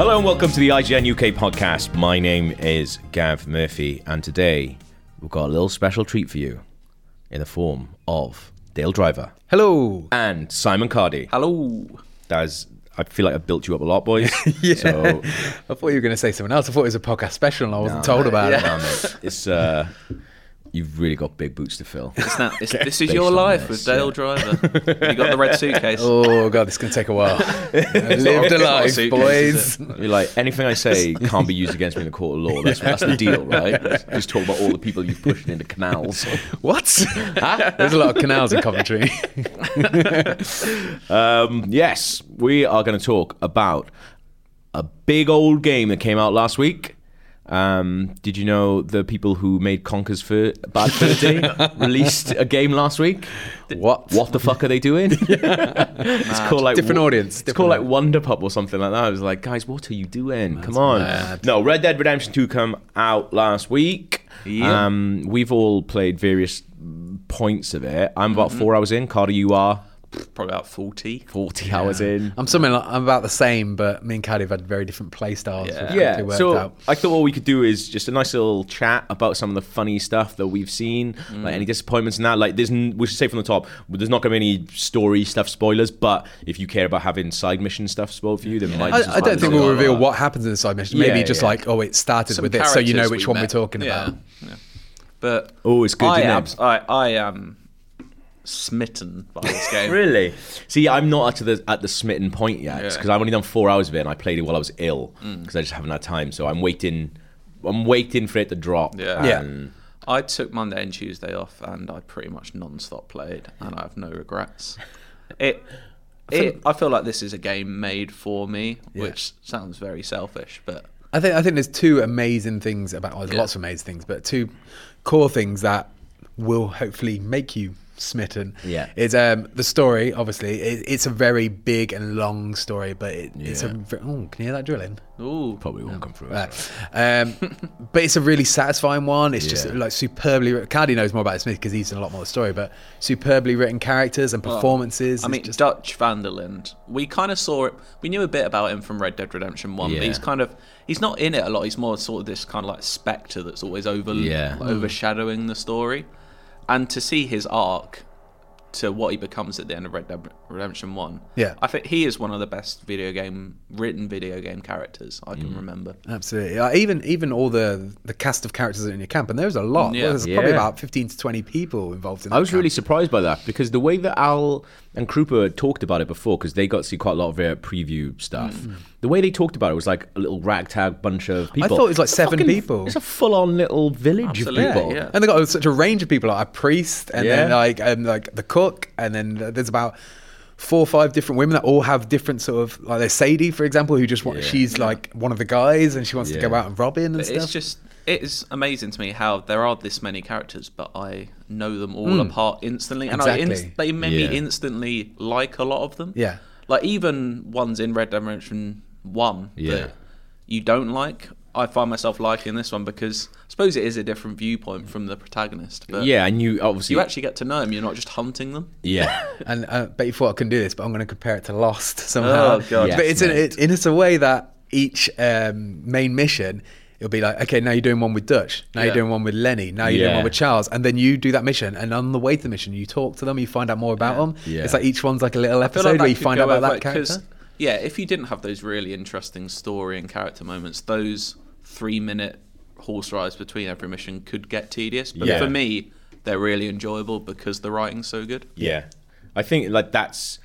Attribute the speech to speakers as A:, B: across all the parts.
A: Hello and welcome to the IGN UK podcast. My name is Gav Murphy, and today we've got a little special treat for you in the form of Dale Driver
B: Hello.
A: and Simon Cardy.
B: Hello.
A: That is, I feel like I've built you up a lot, boys. So,
B: I thought you were going to say something else. I thought it was a podcast special and I wasn't told about
A: no, mate, um, it's, uh, you've really got big boots to fill.
C: It's not- it's- this is
A: Based
C: your
A: on
C: life
A: this,
C: with Dale
A: yeah.
C: Driver. You got the red suitcase.
B: it. Oh, God, this is going to take a while. I lived a
C: it's not a
B: life,
C: suitcase,
B: boys.
C: is
A: You're like, anything I say can't be used against me in the court of law. That's, that's the deal, right? Just talk about all the people you've pushed into canals.
B: What? There's a lot of canals in Coventry.
A: Um, yes, we are going to talk about a big old game that came out last week. Um, did you know the people who made Conker's Fur Bad Fur Day released a game last week?
B: what?
A: What the fuck are they doing? it's called like
B: Different audience,
A: It's called like
B: different
A: Wonder Pup or something like that. I was like, guys, what are you doing? Come on. No, Red Dead Redemption 2 come out last week.
C: Yeah.
A: Um, we've all played various points of it. I'm
B: Mm-hmm.
A: about four hours in. Carter, you are
C: Probably about 40.
A: 40 hours in.
B: I'm something like, I'm about the same, but me and Caddy have had very different play styles. which quickly
A: yeah
B: uh, worked
A: so
B: out.
A: i thought all we could do is just a nice little chat about some of the funny stuff that we've seen
B: Mm.
A: like any disappointments and that like there's n- we should say from the top there's not going to be any story stuff spoilers but if you care about having side mission stuff spoiled for you then might as
B: I, I
A: well
B: don't think
A: do
B: we'll
A: that.
B: reveal what happens in the side mission. Maybe
A: Yeah,
B: just
A: yeah.
B: like, oh, it started
C: Some
B: with this, so you know
C: characters
B: which
C: we
B: one
C: met.
B: we're talking
C: Yeah,
B: about.
C: yeah. But
A: Oh, it's good,
C: I
A: isn't
C: am,
A: it?
C: I, I am smitten by this game.
A: Really? See, I'm not at the at the smitten point yet because I've only done four hours of it, and I played it while I was ill
B: Mm.
A: because I just haven't had time. So I'm waiting. I'm waiting for it to drop.
C: Yeah.
B: Yeah.
A: and
C: I took Monday and Tuesday off, and I pretty much non-stop played, and I have no regrets. It, it, I feel like this is a game made for me, which sounds very selfish, but
B: I think I think there's two amazing things about. Well, there's lots of amazing things, but two core things that will hopefully make you smitten.
A: Yeah.
B: is um the story. Obviously, it, it's a very big and long story, but it, it's a.
A: Yeah.
B: ve- Oh, can you hear that drilling?
C: ooh,
A: Probably won't come through.
B: Right. Um, but it's a really satisfying one. It's just
A: Yeah.
B: like superbly. writ- Cardi knows more about Smith because he's done a lot more of the story, but superbly written characters and performances.
C: I
B: It's
C: mean,
B: just,
C: Dutch Vanderland. We kind of saw it. We knew a bit about him from Red Dead Redemption One, but
A: Yeah.
C: he's kind of he's not in it a lot. He's more sort of this kind of like spectre that's always over
A: Yeah.
C: like, overshadowing the story. And to see his arc to what he becomes at the end of Red Dead Redemption One,
B: Yeah.
C: I think he is one of the best video game written video game characters I can remember.
B: Absolutely. Like, even even all the the cast of characters that are in your camp, and there's a lot.
C: Yeah.
B: There's probably
A: Yeah.
B: about fifteen to twenty people involved in. That
A: I was
B: camp.
A: really surprised by that because the way that Al and Krupa had talked about it before, because they got to see quite a lot of their preview stuff,
B: Hmm.
A: the way they talked about it was like a little ragtag bunch of people.
B: thought it was like
A: It's a
B: seven
A: fucking-
B: people.
A: It's a full on little village
C: Absolutely,
A: of people.
C: yeah.
B: And they got such a range of people, like a priest, and then
A: Yeah.
B: like um, like the cook, and then th- there's about four or five different women that all have different sort of like there's Sadie, for example, who just wants
A: Yeah.
B: she's like one of the guys, and she wants to
A: Yeah.
B: go out and rob him and
C: But
B: stuff.
C: it's just it is amazing to me how there are this many characters, but I know them all apart instantly, and I
B: Exactly.
C: inst- they made
A: Yeah.
C: me instantly like a lot of them.
B: Yeah.
C: Like even ones in Red Dead Redemption One
A: Yeah.
C: that you don't like, I find myself liking this one because I suppose it is a different viewpoint from the protagonist. But
A: yeah, and you obviously
C: you actually get to know him. You're not just hunting them.
A: yeah.
B: And uh, bet you thought I can do this, but I'm going to compare it to Lost somehow.
C: Oh, God.
A: Yes,
B: but it's in,
A: mate.
B: it, in it's a way that each um, main mission. It'll be like, okay, now you're doing one with Dutch. Now you're
C: Yeah.
B: doing one with Lenny. Now you're doing
A: Yeah.
B: one with Charles, and then you do that mission. And on the way to the mission, you talk to them. You find out more about them.
A: Yeah.
B: It's like each one's like a little
C: I feel
B: episode
C: like that
B: where you
C: could
B: find
C: go
B: out about
C: both
B: that
C: ways, 'cause,
B: character.
C: Yeah, if you didn't have those really interesting story and character moments, those three minute horse rides between every mission could get tedious. But
A: Yeah.
C: for me, they're really enjoyable because the writing's so good.
A: Yeah, I think like that's.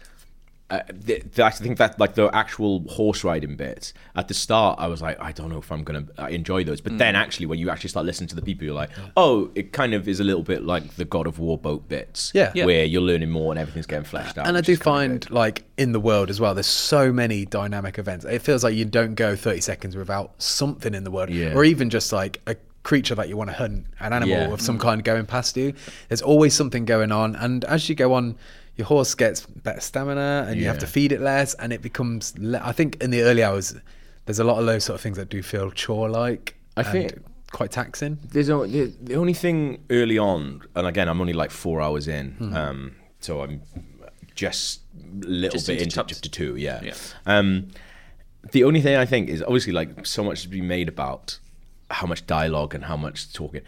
A: Uh, th- th- I think that like the actual horse riding bits at the start, I was like, I don't know if I'm gonna uh, enjoy those. But
B: Mm.
A: then actually, when you actually start listening to the people, you're like, oh, it kind of is a little bit like the God of War boat bits,
B: Yeah. Yeah.
A: where you're learning more and everything's getting fleshed out.
B: and I
A: which
B: do
A: is kinda
B: find
A: good.
B: like in the world as well, there's so many dynamic events. It feels like you don't go 30 seconds without something in the world,
A: Yeah.
B: or even just like a creature that you want to hunt, an animal
A: Yeah.
B: of some kind going past you. There's always something going on, and as you go on. Your horse gets better stamina, and you have
A: Yeah.
B: to feed it less, and it becomes. Le- I think in the early hours, there's a lot of those sort of things that do feel chore-like.
A: I
B: and
A: think-
B: quite taxing.
A: there's o- the, the only thing early on, and again, I'm only like four hours in,
B: Hmm.
A: um, so I'm just a little
C: Just
A: bit
C: into
A: into,
C: chapter-
A: chapter two. Yeah.
C: Yeah.
A: Um, the only thing I think is obviously like so much has been made about how much dialogue and how much talking.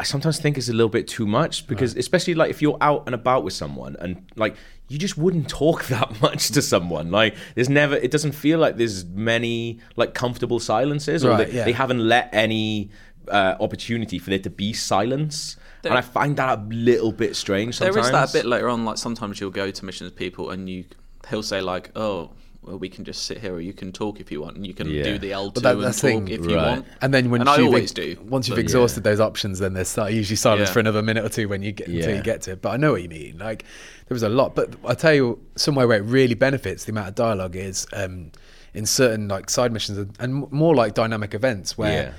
A: I sometimes think it's a little bit too much because, especially like if you're out and about with someone and like you just wouldn't talk that much to someone. Like there's never, it doesn't feel like there's many like comfortable silences or
B: Right,
A: they,
B: yeah.
A: they haven't let any uh, opportunity for there to be silence. and I find that a little bit strange sometimes.
C: There is that a bit later on. Like sometimes you'll go to missions with people, and you he'll say like, "Oh, well, we can just sit here, or you can talk if you want, and you can
A: Yeah.
C: do the L two
B: that-
C: and
B: that's
C: talk
B: the thing.
C: if you
A: Right.
C: want."
B: And then when
C: and I
B: you've
C: always
B: ex-
C: do.
B: once you've
C: but-
B: exhausted those options, then there's si- usually silence
C: Yeah.
B: for another minute or two when you get until
A: Yeah.
B: you get to it. But I know what you mean. Like there was a lot, but I tell you, somewhere where it really benefits the amount of dialogue is um, in certain like side missions and, and m- more like dynamic events where.
A: Yeah.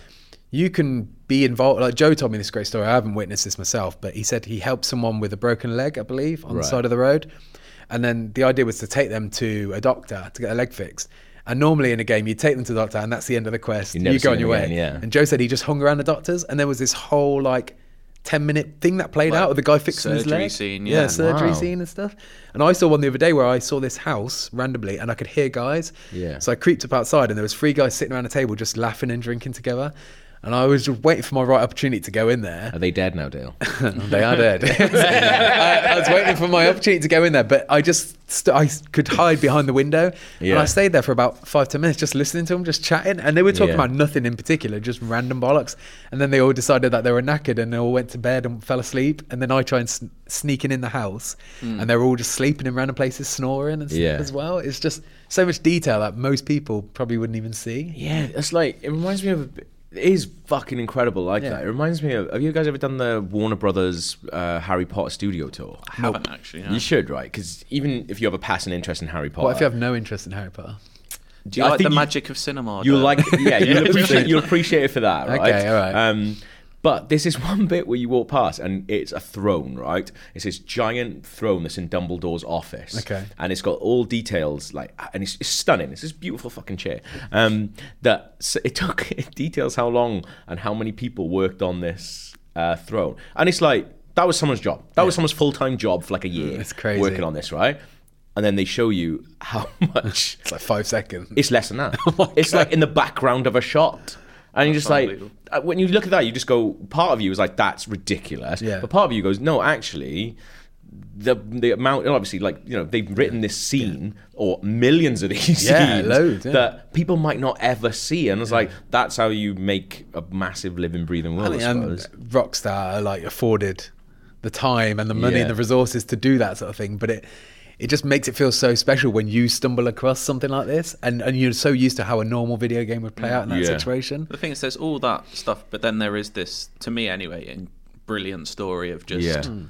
B: You can be involved. Like Joe told me this great story. I haven't witnessed this myself, but he said he helped someone with a broken leg, I believe, on the
A: Right.
B: side of the road. And then the idea was to take them to a doctor to get a leg fixed. And normally in a game, you take them to the doctor, and that's the end of the quest. You,
A: never
B: go
A: see
B: on
A: them
B: your
A: again,
B: way.
A: yeah.
B: And Joe said he just hung around the doctors, and there was this whole like ten minute thing that played out of the guy fixing his
C: surgery
B: leg.
C: scene,
B: yeah,
C: yeah.
B: surgery
A: Wow.
B: scene and stuff. And I saw one the other day where I saw this house randomly, and I could hear guys.
A: Yeah.
B: So I creeped up outside, and there was three guys sitting around a table just laughing and drinking together. And I was just waiting for my right opportunity to go in there.
A: Are they dead now, Dale?
B: they are dead. I, I was waiting for my opportunity to go in there, but I just st- I could hide behind the window, and
A: Yeah.
B: I stayed there for about five ten minutes, just listening to them, just chatting, and they were talking
A: Yeah.
B: about nothing in particular, just random bollocks. And then they all decided that they were knackered, and they all went to bed and fell asleep. And then I tried sn- sneaking in the house, and they were all just sleeping in random places, snoring and stuff
A: Hmm. Yeah.
B: as well. It's just so much detail that most people probably wouldn't even see.
A: Yeah, it's like it reminds me of. a bit- It is fucking incredible, like
B: Yeah.
A: that. It reminds me of. Have you guys ever done the Warner Brothers uh, Harry Potter studio tour?
C: I haven't actually. no.
A: You should, right? Because even if you have a passing interest in Harry Potter,
B: What if you have no interest in Harry Potter?
C: Do you
A: I
C: like the
A: think you-
C: magic of cinema?
A: you
C: Dan?
A: like, yeah, you'll appreciate, you'll appreciate it for that, right?
B: Okay, all right.
A: Um, but there's this one bit where you walk past and it's a throne, right? It's this giant throne that's in Dumbledore's office.
B: Okay.
A: And it's got all details, like, and it's, it's stunning. It's this beautiful fucking chair. Um, that so it took, it details how long and how many people worked on this uh, throne. And it's like, that was someone's job. That was someone's full time job for like a year.
B: That's crazy.
A: Working on this, right? And then they show you how much
B: It's like five seconds.
A: it's less than that.
B: Oh
A: it's like in the background of a shot. And you're just like,
C: unbelievable.
A: uh, when you look at that, you just go, part of you is like, that's ridiculous.
B: Yeah.
A: But part of you goes, no, actually, the the amount, and obviously, like, you know, they've written this scene or millions of these
B: Yeah,
A: scenes
B: loads, yeah.
A: that people might not ever see. And it's like, that's how you make a massive living, breathing world, I,
B: and
A: suppose.
B: Rockstar are like afforded the time and the money and
A: Yeah.
B: the resources to do that sort of thing, but it it just makes it feel so special when you stumble across something like this and, and you're so used to how a normal video game would play out in that
A: Yeah.
B: situation.
C: The thing is, there's all that stuff, but then there is this, to me anyway, in brilliant story of just
A: Yeah.
B: Hmm.
A: Mm.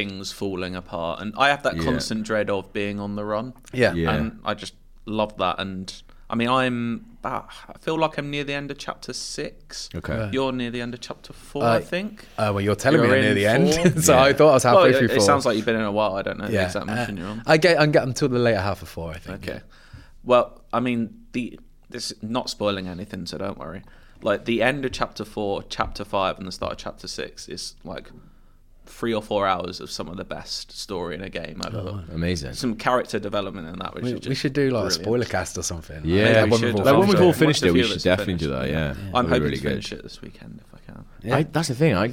C: things falling apart, and I have that
A: Yeah.
C: constant dread of being on the run.
B: Yeah.
A: Yeah.
C: and I just love that, and I I mean, I'm. ah, I feel like I'm near the end of chapter six.
A: Okay. Right.
C: You're near the end of chapter four,
B: Uh,
C: I think.
B: Uh, well, you're telling
C: You're
B: me I'm
C: in
B: near the end,
C: four?
B: so I thought I was halfway
C: Well, it,
B: through.
C: it
B: four. Uh,
C: sounds like you've been in a while. I don't know the exact mission you're on.
B: I get, I'm getting until the later half of four, I think.
C: Okay. Well, I mean, the this is not spoiling anything, so don't worry. Like the end of chapter four, chapter five, and the start of chapter six is like three or four hours of some of the best story in a game I've
A: Oh,
C: ever.
A: Amazing.
C: Some character development in that, which
B: We,
C: is just
B: we should do like a
C: brilliant.
B: spoiler cast or something.
A: Yeah,
B: Maybe
A: we
B: when
C: should.
B: we've all
A: Like when we've
B: finished
A: all
B: it.
A: finished
C: Once a
A: it, we
C: few of
A: should
C: us have
A: definitely do
C: finished
A: that.
C: it.
A: Yeah, That'd
C: I'm
A: be
C: hoping
A: really
C: to
A: good.
C: finish it this weekend if I can.
A: I, that's the thing. I,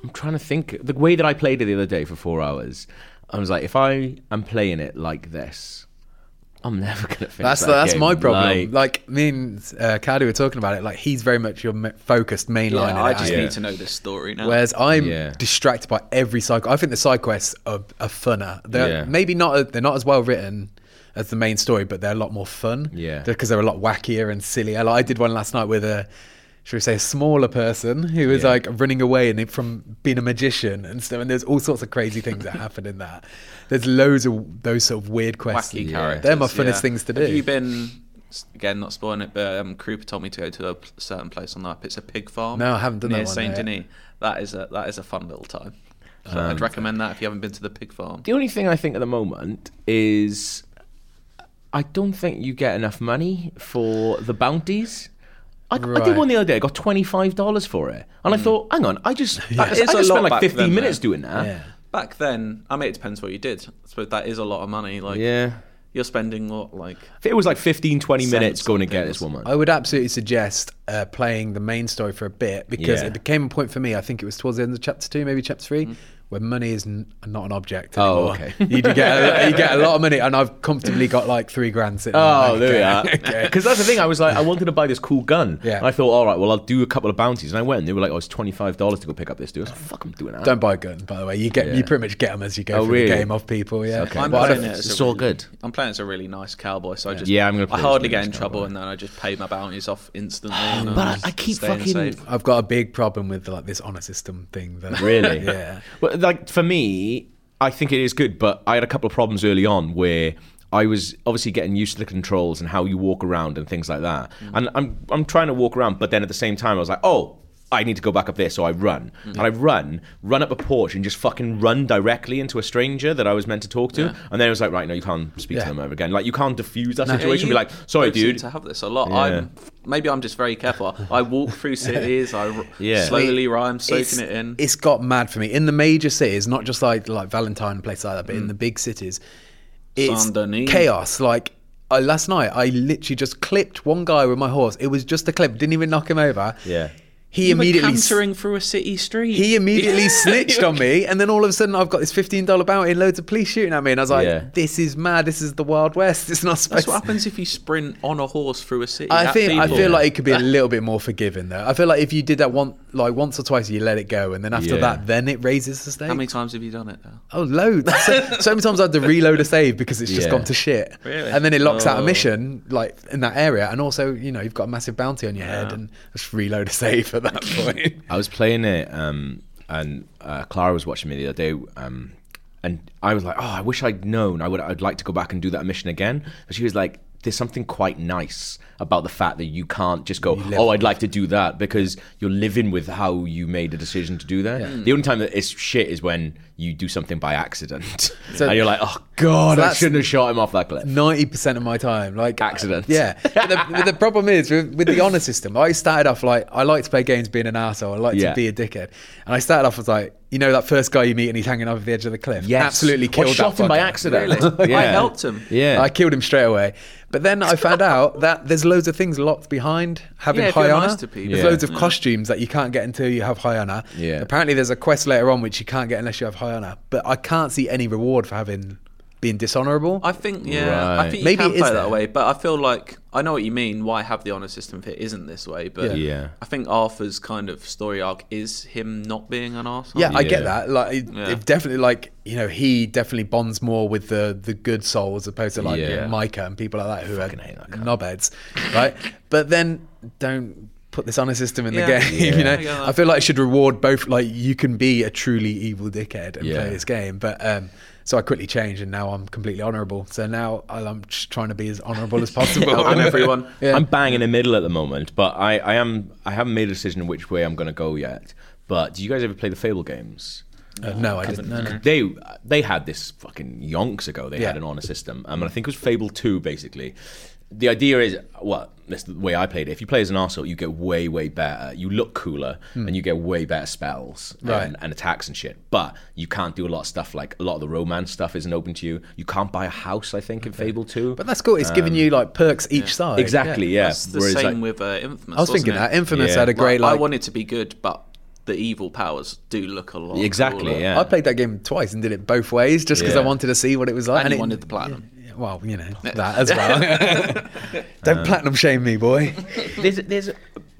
A: I'm trying to think. The way that I played it the other day for four hours, I was like, if I am playing it like this, I'm never gonna finish.
B: That's
A: that
B: that's
A: game.
B: my problem. Like,
A: Like,
B: me and uh, Cadu were talking about it. Like he's very much your ma- focused mainline. in
C: I
B: it,
C: just
B: aren't you?
C: need to know this story now.
B: Whereas I'm
A: Yeah.
B: distracted by every side. I think the side quests are, are funner. They're
A: Yeah.
B: maybe not they're not as well written as the main story, but they're a lot more fun.
A: Yeah.
B: because they're a lot wackier and sillier. Like I did one last night with a. Should we say a smaller person who was
A: Yeah.
B: like running away and from being a magician and stuff? And there's all sorts of crazy things that happen in that. There's loads of those sort of weird quests.
C: wacky
A: Yeah.
C: characters.
B: They're my funnest
C: yeah.
B: things to do.
C: Have you been? Again, not spoiling it, but um, Krupa told me to go to a p- certain place on the map. It's a pig farm.
B: No, I haven't done that
C: near
B: one
C: Saint
B: yet.
C: Denis. That is a that is a fun little time. So
A: Um,
C: I'd recommend that if you haven't been to the pig farm.
A: the only thing I think at the moment is, I don't think you get enough money for the bounties. I, I
B: Right.
A: did one the other day. I got twenty five dollars for it, and I thought, hang on, I just I,
C: It's
A: just- I
C: a
A: just
C: lot
A: spent like
C: back
A: fifteen
C: then,
A: minutes
C: though.
A: doing that.
B: Yeah.
C: Back then, I mean, it depends what you did. I suppose that is a lot of money. Like,
A: Yeah.
C: you're spending what, like,
A: If It was like 15, 20
C: Send
A: minutes going to
C: something
A: get
C: or
A: this woman.
B: I would absolutely suggest uh, playing the main story for a bit because
A: Yeah. Mm.
B: it became a point for me. I think it was towards the end of chapter two, maybe chapter three, where money is n- not an object.
A: Oh,
B: Anymore.
A: okay.
B: you do get a, you get a lot of money, and I've comfortably got like three grand sitting. in
A: Oh,
B: my bank
A: there we
B: account.
A: are. Because that's the thing. I was like, I wanted to buy this cool gun.
B: Yeah.
A: And I thought, all right, well, I'll do a couple of bounties. And I went, and they were like, oh, it's twenty five dollars to go pick up this dude. I was like, fuck, I'm doing that.
B: Don't buy a gun, by the way. You get you
A: Yeah.
B: pretty much get them as you go
A: Oh,
B: through the
A: really?
B: game of people. Yeah,
A: Okay.
C: I'm
B: But I
C: playing
B: don't-
C: it. as
A: It's
C: a
A: all
C: really-
A: good.
C: I'm playing as a really nice cowboy, so I just
A: Yeah, I'm gonna
C: I
A: play as a really
C: hardly get
A: nice
C: in trouble,
A: cowboy.
C: and then I just pay my bounties off instantly. and
A: But I-
C: just
A: I keep
C: staying
A: fucking-
C: safe.
B: I've got a big problem with like this honor system thing. Though.
A: Really?
B: yeah.
A: Well, like for me, I think it is good, but I had a couple of problems early on where I was obviously getting used to the controls and how you walk around and things like that.
C: Mm.
A: And I'm I'm trying to walk around, but then at the same time, I was like, oh. I need to go back up there, so I run.
C: Mm.
A: And I run, run up a porch and just fucking run directly into a stranger that I was meant to talk to. And then it was like, right, no, you can't speak
B: Yeah.
A: to them ever again. Like, you can't diffuse that
C: Yeah,
A: situation and be
C: you
A: like, sorry,
C: both seem
A: dude.
C: To have this a lot, I'm maybe I'm just very careful. I walk through cities, I r-
A: Yeah.
C: slowly rhyme,
B: it's-
C: soaking it in.
B: It's got mad for me in the major cities, not just like like Valentine and places like that, but
C: Mm.
B: in the big cities, it's
C: Saint Denis.
B: chaos. Like I, last night, I literally just clipped one guy with my horse. It was just a clip, didn't even knock him over.
A: Yeah.
B: he immediately s-
C: cantering through a city street.
B: he immediately snitched on me, and then all of a sudden, I've got this fifteen dollar bounty and loads of police shooting at me, and I was like,
A: Yeah.
B: "This is mad. This is the Wild West. It's not
C: That's
B: supposed."
C: what happens if you sprint on a horse through a city.
B: I
C: at
B: think I
C: people.
B: feel like it could be a little bit more forgiving though. I feel like if you did that one like once or twice, you let it go, and then after
A: Yeah.
B: that, then it raises the stakes.
C: How many times have you done it? Though?
B: Oh, loads. So, so many times I had to reload a save because it's just
A: Yeah.
B: gone to shit.
C: Really?
B: And then it locks out a
C: Oh.
B: mission, like in that area. And also, you know, you've got a massive bounty on your head and just reload a save at that point.
A: I was playing it, um, and uh, Clara was watching me the other day, um, and I was like, "Oh, I wish I'd known. I would. I'd like to go back and do that mission again." And she was like, "There's something quite nice about the fact that you can't just go, oh, I'd like to do that,' because you're living with how you made a decision to do that. The only time that it's shit is when you do something by accident,
B: So-
A: and you're like, oh god, I
B: that's-
A: shouldn't have shot him off that cliff.'
B: 90% of my time, like
A: Accident.
B: Yeah. But the, but the problem is with, with the honor system, I started off like, I like to play games being an asshole. I like
A: Yeah.
B: to be a dickhead. And I started off as like, you know, that first guy you meet and he's hanging over the edge of the cliff.
A: Yes.
B: Absolutely
A: Or
B: killed that
A: shot him by
B: fucker.
A: accident.
C: Really?
A: yeah.
C: I helped him.
A: Yeah.
B: I killed him straight away. But then I found out that there's loads of things locked behind having
C: Yeah, if
B: high
C: you're
B: honor.
C: nice to people.
B: There's
A: Yeah.
B: loads of costumes that you can't get until you have high honor.
A: Yeah.
B: Apparently, there's a quest later on which you can't get unless you have high honor. But I can't see any reward for having being dishonorable.
C: I think yeah, I
A: Right.
C: think you
B: Maybe
C: can
B: it is
C: play
B: there.
C: that way, but I feel like I know what you mean. Why have the honor system if it isn't this way? But
A: Yeah. Yeah.
C: I think Arthur's kind of story arc is him not being an arsehole.
B: yeah, I
A: Yeah.
B: get that. Like, it,
C: Oh, Yeah.
B: it definitely, like you know, he definitely bonds more with the the good soul as opposed to like
A: Yeah.
B: Micah and people like that who are
A: hate that
B: knobheads, right? But then don't put this honor system in the
C: Yeah.
B: game. You know,
C: I get that.
B: I, feel like it should reward both. Like you can be a truly evil dickhead and
A: Yeah.
B: play this game, but um, So I quickly changed, and now I'm completely honourable. So now I- I'm just trying to be as honourable as possible.
C: Helping everyone.
B: Yeah.
A: I'm bang in the middle at the moment, but I, I am I haven't made a decision which way I'm going to go yet. But do you guys ever play the Fable games?
B: Uh, no, I didn't. No, no.
A: They they had this fucking yonks ago. They had
B: Yeah.
A: an honor system, um, and I think it was Fable Two basically. The idea is, well, that's the way I played it. If you play as an arsehole, you get way, way better. You look cooler, and you get way better spells
B: Hmm. Right.
A: and, and attacks and shit. But you can't do a lot of stuff. Like a lot of the romance stuff isn't open to you. You can't buy a house, I think, in Fable Two.
B: But that's cool. It's giving you like perks each side.
A: exactly, yeah.
C: It's the
A: Whereas, like-
C: same with uh, Infamous.
B: I was
C: wasn't
B: thinking
C: it?
B: that Infamous
A: Yeah.
B: had a great
C: Like,
B: like.
C: I wanted to be good, but the evil powers do look a lot.
A: Exactly,
C: cooler.
A: yeah.
B: I played that game twice and did it both ways just because
A: Yeah.
B: I wanted to see what it was like.
C: And, you
B: it-
C: wanted the platinum.
B: Yeah, well, you know that as well. Don't platinum shame me, boy.
A: there's there's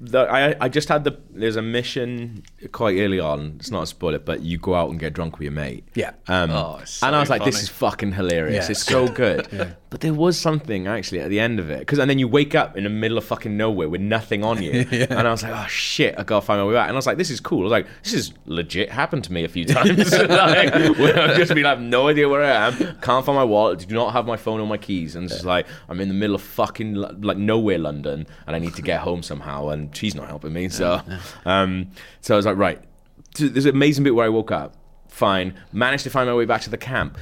A: the, I I just had the there's a mission quite early on. It's not a spoiler, but you go out and get drunk with your mate.
B: Yeah.
A: Um,
C: Oh, it's
A: and I
C: so
A: was like, this
C: funny.
A: is fucking hilarious.
B: Yeah.
A: It's so good. But there was something actually at the end of it because and then you wake up in the middle of fucking nowhere with nothing on you, and I was like, oh shit, I gotta find my way back. And I was like, this is cool. I was like, this is legit. Happened to me a few times. like, where I've just been, I have no idea where I am. Can't find my wallet. Do not have my phone or my keys. And it's just like I'm in the middle of fucking Lo- like nowhere London, and I need to get home somehow. And she's not helping me. So, um, so I was like, right. So there's an amazing bit where I woke up, fine, managed to find my way back to the camp.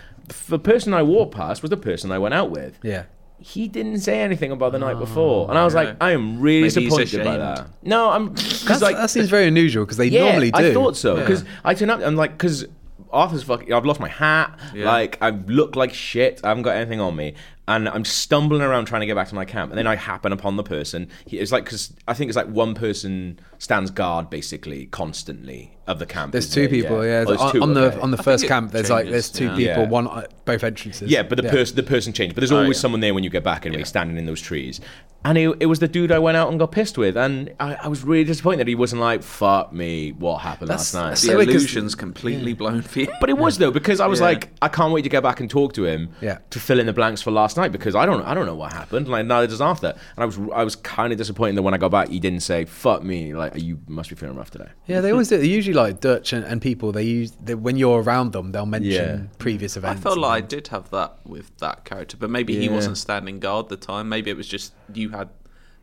A: The person I walked past was the person I went out with.
B: Yeah.
A: He didn't say anything about the night before, and I was like, I am really
C: Oh, Maybe he's
A: disappointed by that.
C: ashamed.
A: No, I'm because
B: That's,
A: like
B: that seems very unusual because they
A: yeah,
B: normally do.
A: I thought so because I turned up. I'm like because Arthur's fucking. I've lost my hat. Like I look like shit. I haven't got anything on me, and I'm stumbling around trying to get back to my camp. And then I happen upon the person. He, it's like because I think it's like one person stands guard basically constantly of the camp.
B: There's
A: isn't
B: two
A: there?
B: people. Yeah.
A: Oh, there's
B: on,
A: two,
B: on
A: okay.
B: the on the first
C: it
B: camp, there's like there's
C: changes,
B: two
C: yeah.
B: people,
A: Yeah.
B: one at both entrances.
A: Yeah, but the person the person changed. But there's
B: Oh,
A: always someone there when you get back anyway, standing in those trees. And it, it was the dude I went out and got pissed with, and I, I was really disappointed. He wasn't like, "Fuck me, what happened
B: That's-
A: last night?"
B: that's
C: The
B: So, like, 'cause-
C: illusion's completely blown for you.
A: But it was though because I was
C: Yeah.
A: like, I can't wait to get back and talk to him
B: Yeah.
A: to fill in the blanks for last night because I don't, I don't know what happened. Like neither does Arthur, and I was, I was kind of disappointed that when I got back, he didn't say, "Fuck me," like you must be feeling rough today.
B: Yeah, they always do. They usually like Dutch and, and people. They use they, when you're around them, they'll mention
A: Yeah.
B: previous events.
C: I felt
B: and-
C: like I did have that with that character, but maybe he
A: Yeah.
C: wasn't standing guard the time. Maybe it was just you had.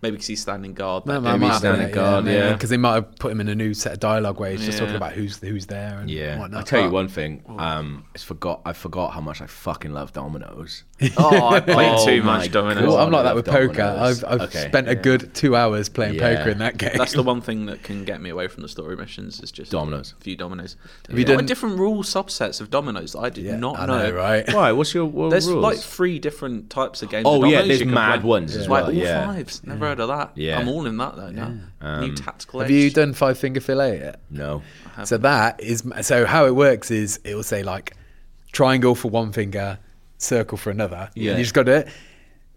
C: Maybe because he's standing guard.
B: That
C: that
B: might-
C: day.
A: Maybe
B: might
A: standing
B: have been it,
A: guard, yeah.
B: because they might have put him in a new set of dialogue where he's just talking
C: Yeah.
B: about who's who's there and
A: Yeah,
B: whatnot.
A: I tell you one thing, um, it's forgot, I forgot how much I fucking love Dominoes.
C: oh, I played
A: Oh
C: too
A: my
C: much Domino.
B: Well,
A: God.
B: I'm like that
A: I
B: with
A: love
B: poker.
A: dominoes.
B: I've, I've
A: Okay.
B: spent a good two hours playing
A: Yeah.
B: poker in that game.
C: That's the one thing that can get me away from the story missions is just
A: Dominoes.
C: A few dominoes.
B: you
C: There are
B: done-
C: different rule subsets of dominoes that I did not
B: I
C: know.
B: know, right?
A: Why? What's your what
C: There's
A: rules?
C: like three different types of games.
A: Oh,
C: of
A: yeah,
C: dominoes
A: there's
C: you can
A: mad
C: play.
A: ones as
C: It's
A: well,
C: Like all
A: yeah.
C: fives. Never heard of that.
A: Yeah. Um,
C: I'm all in that though now. New tactical.
B: Have
C: edge.
B: you done five finger fillet yet?
A: no.
B: So that is so how it works is it will say like triangle for one finger, circle for another.
A: Yeah.
B: Yeah, you just got to do it.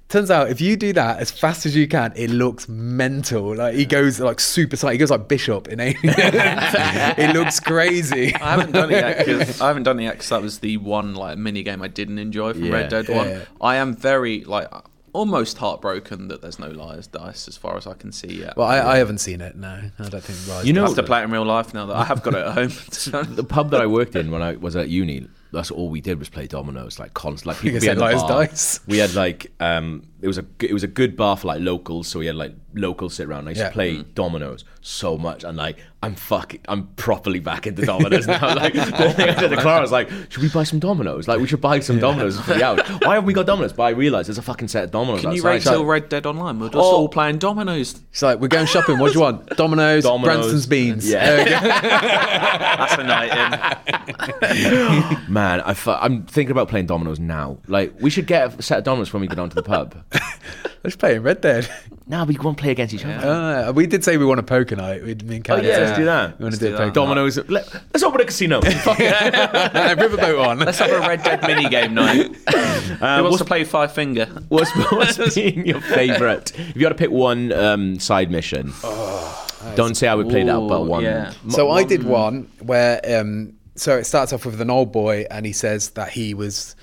B: Turns out if you do that as fast as you can, it looks mental. Like he goes like super side. He goes like bishop in a. it looks crazy.
C: I haven't done it yet 'cause I haven't done it yet 'cause that was the one like mini game I didn't enjoy from
A: Yeah.
C: Red Dead One.
B: Yeah.
C: I am very like almost heartbroken that there's no liar's dice as far as I can see yet.
B: Well, I, I haven't seen it. No, I don't think. Rise
A: You know-
C: I have to play it in real life now that I have got it at home. to be honest.
A: the pub that I worked in when I was at uni, that's all we did was play dominoes, like const, like people
B: guys
A: we had
B: had
A: a
B: liar's
A: bar.
B: dice.
A: We had like um, it was a g- it was a good bar for like locals, so we had like locals sit around. I used
B: Yeah.
A: to play
C: Mm-hmm.
A: dominoes so much, and like I'm fucking, I'm properly back into dominoes now. Like the thing I said to Clara I was like, should we buy some dominoes? Like we should buy some dominoes for the hours. Why haven't we got dominoes? But I realised there's a fucking set of dominoes.
C: Can you
A: outside.
C: rate till Red Dead Online? We're just
A: Oh.
C: all playing dominoes.
B: It's like we're going shopping. What do you want? Domino's,
A: Domino's.
B: Branston's beans.
A: Yeah.
B: There we go.
C: That's a night
A: Man, I fu- I'm thinking about playing dominoes now. Like we should get a set of dominoes when we go down to the pub.
B: Let's play in Red Dead.
A: now we won't play against each other.
B: Uh, we did say we want a poker night. We didn't
A: Oh, yeah, let's do that.
B: We want to
C: Let's
B: do,
C: do
B: a
C: that.
B: poker
A: Dominoes. Let, us open a casino. Fuck it.
B: night. Riverboat on.
C: Let's have a Red Dead mini game night.
A: Um,
C: Who wants to play Five Finger?
A: what's, what's being your favourite? If you had to pick one um, side mission, don't say I would play that, but
C: Ooh,
A: one.
C: Oh, yeah.
B: So I did one where um, so it starts off with an old boy and he says that he was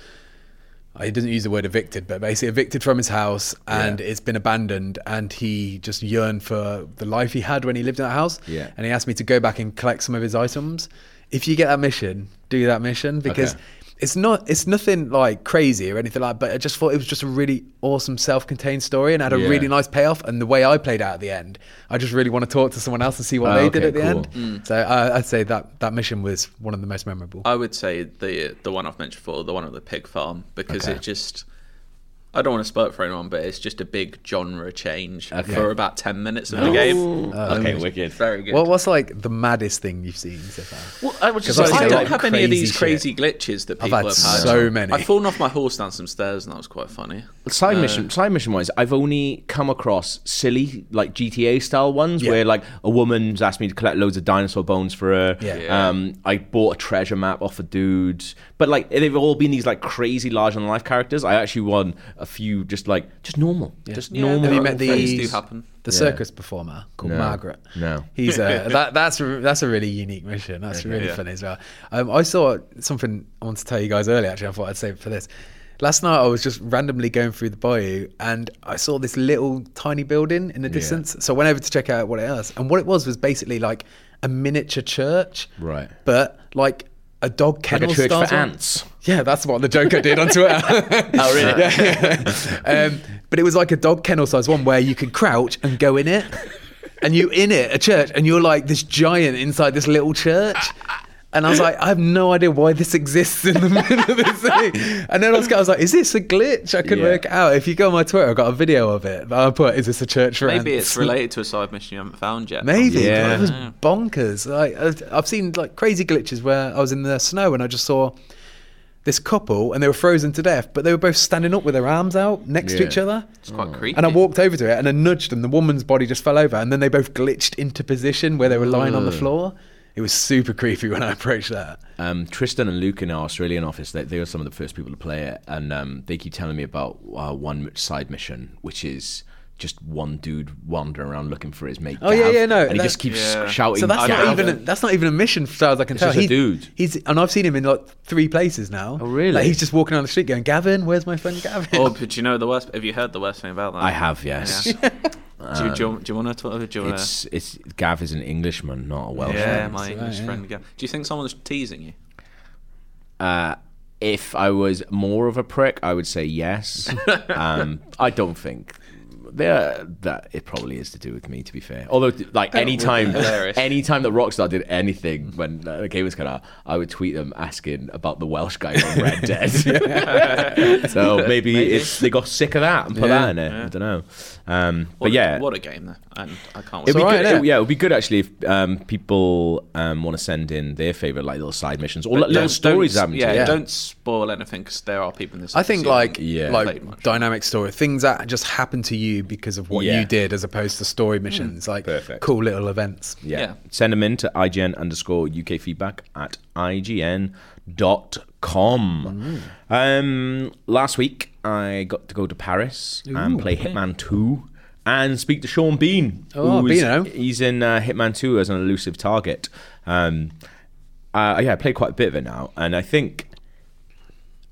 B: he doesn't use the word evicted, but basically evicted from his house and it's been abandoned and he just yearned for the life he had when he lived in that house.
A: Yeah.
B: And he asked me to go back and collect some of his items. If you get that mission, do that mission because
A: Okay.
B: it's not it's nothing like crazy or anything like but I just thought it was just a really awesome self-contained story and had a
A: Yeah.
B: really nice payoff and the way I played out at the end I just really want to talk to someone else and see what
A: Oh,
B: they did
A: okay,
B: at the
A: cool.
B: end so I I'd say that that mission was one of the most memorable
C: I would say the the one I've mentioned before, the one at the pig farm, because
B: Okay.
C: it just I don't want to spoil it for anyone, but it's just a big genre change
A: Okay.
C: for about ten minutes of the game.
A: okay, wicked.
C: Very good.
B: Oh, what what's like the maddest thing you've seen so far
C: Well, I, was just
B: 'Cause
C: like,
B: I've seen
C: I
B: a lot
C: don't
B: of
C: have any of
B: crazy
C: these
B: shit.
C: crazy glitches that people
B: had
C: have had.
B: so many.
C: I've fallen off my horse down some stairs, and that was quite funny.
A: Side mission, side mission wise, I've only come across silly like GTA style ones
B: Yeah.
A: where like a woman's asked me to collect loads of dinosaur bones for her.
B: Yeah.
A: Um, I bought a treasure map off a dude, but like they've all been these like crazy large on life characters. I actually won a few just like just normal, just normal.
B: have you
C: Oh,
B: met
C: things
B: the
C: do happen.
B: the circus performer called Margaret
A: No.
B: He's a that that's a- that's a really unique mission. That's really funny as well. Um, I saw something I wanted to tell you guys earlier. Actually, I thought I'd save it for this. Last night I was just randomly going through the bayou and I saw this little tiny building in the distance. So I went over to check out what it was, and what it was was basically like a miniature church,
A: Right.
B: But like a dog
A: like a
B: kennel
A: church
B: style
A: for ants.
B: yeah, that's what the Joker did on Twitter. oh, really? yeah, yeah. Um, but it was like a dog kennel size one where you could crouch and go in it. And you in it, a church, and you're like this giant inside this little church. And I was like, I have no idea why this exists in the middle of this thing. And then I was, I was like, is this a glitch? I couldn't
A: Yeah.
B: work it out. If you go on my Twitter, I've got a video of it that I put, is this a church for
C: Maybe
B: ants?
C: it's related to a side mission you haven't found yet.
B: Maybe
A: Yeah.
B: it was bonkers. Like I've- I've seen like crazy glitches where I was in the snow and I just saw this couple and they were frozen to death, but they were both standing up with their arms out next to
A: Yeah.
B: each other.
C: It's
A: Hmm.
C: quite creepy.
B: And I walked over to it and I nudged them. The woman's body just fell over, and then they both glitched into position where they were lying on the floor. It was super creepy when I approached that.
A: um, Tristan and Luke in our Australian office, they, they were some of the first people to play it, and um, they keep telling me about uh, one side mission, which is just one dude wandering around looking for his mate.
B: Oh, yeah,
A: Gav,
B: yeah, no,
A: and he
B: that-
A: just keeps
C: Yeah.
A: shouting.
B: So that's
A: Gav.
B: not even a, that's not even a mission, as far as I can tell.
A: just a dude.
B: He's and I've seen him in like three places now.
A: Oh, really?
B: Like he's just walking down the street going, "Gavin, where's my friend Gavin?"
C: Oh, but do you know the worst? Have you heard the worst thing about that?
A: I have, yes.
C: Do, you- do, you, do you want to talk? Do you want to?
A: It's it's Gav is an Englishman, not a Welshman.
C: Yeah, my English
B: yeah.
C: friend. again. Do you think someone's teasing you?
A: Uh, if I was more of a prick, I would say yes. um, I don't think there that it probably is to do with me. To be fair, although like any time,
C: hilarious.
A: any time that Rockstar did anything when uh, the game was coming out, I would tweet them asking about the Welsh guy on Red Dead. so maybe, it's they got sick of that and put
B: Yeah.
A: that in there. I don't know. Um,
C: What
A: but yeah,
C: a, what a game though, and I can't.
A: It'd
C: wait.
A: be
B: alright,
A: good,
B: innit?
A: it- yeah, it would be good actually if um, people um, want to send in their favorite like little side missions or like,
C: Don't-
A: little stories.
C: Don't,
A: happening to
C: yeah,
A: it.
C: don't spoil anything because there are people in this.
B: I think
C: season
B: like
C: that
A: Yeah.
C: played
B: like
C: much.
B: dynamic story things that just happen to you because of what
A: Yeah.
B: you did, as opposed to
C: Hmm.
B: story missions, like
A: Perfect.
B: cool little events.
A: Yeah.
C: Yeah.
A: Send them in to IGN underscore UK feedback at IGN.com. Um, last week, I got to go to Paris and play Hitman 2 and speak to Sean Bean.
B: Oh,
A: who's-
B: Beano.
A: He's in uh, Hitman 2 as an elusive target. Um, uh, yeah, I played quite a bit of it now. And I think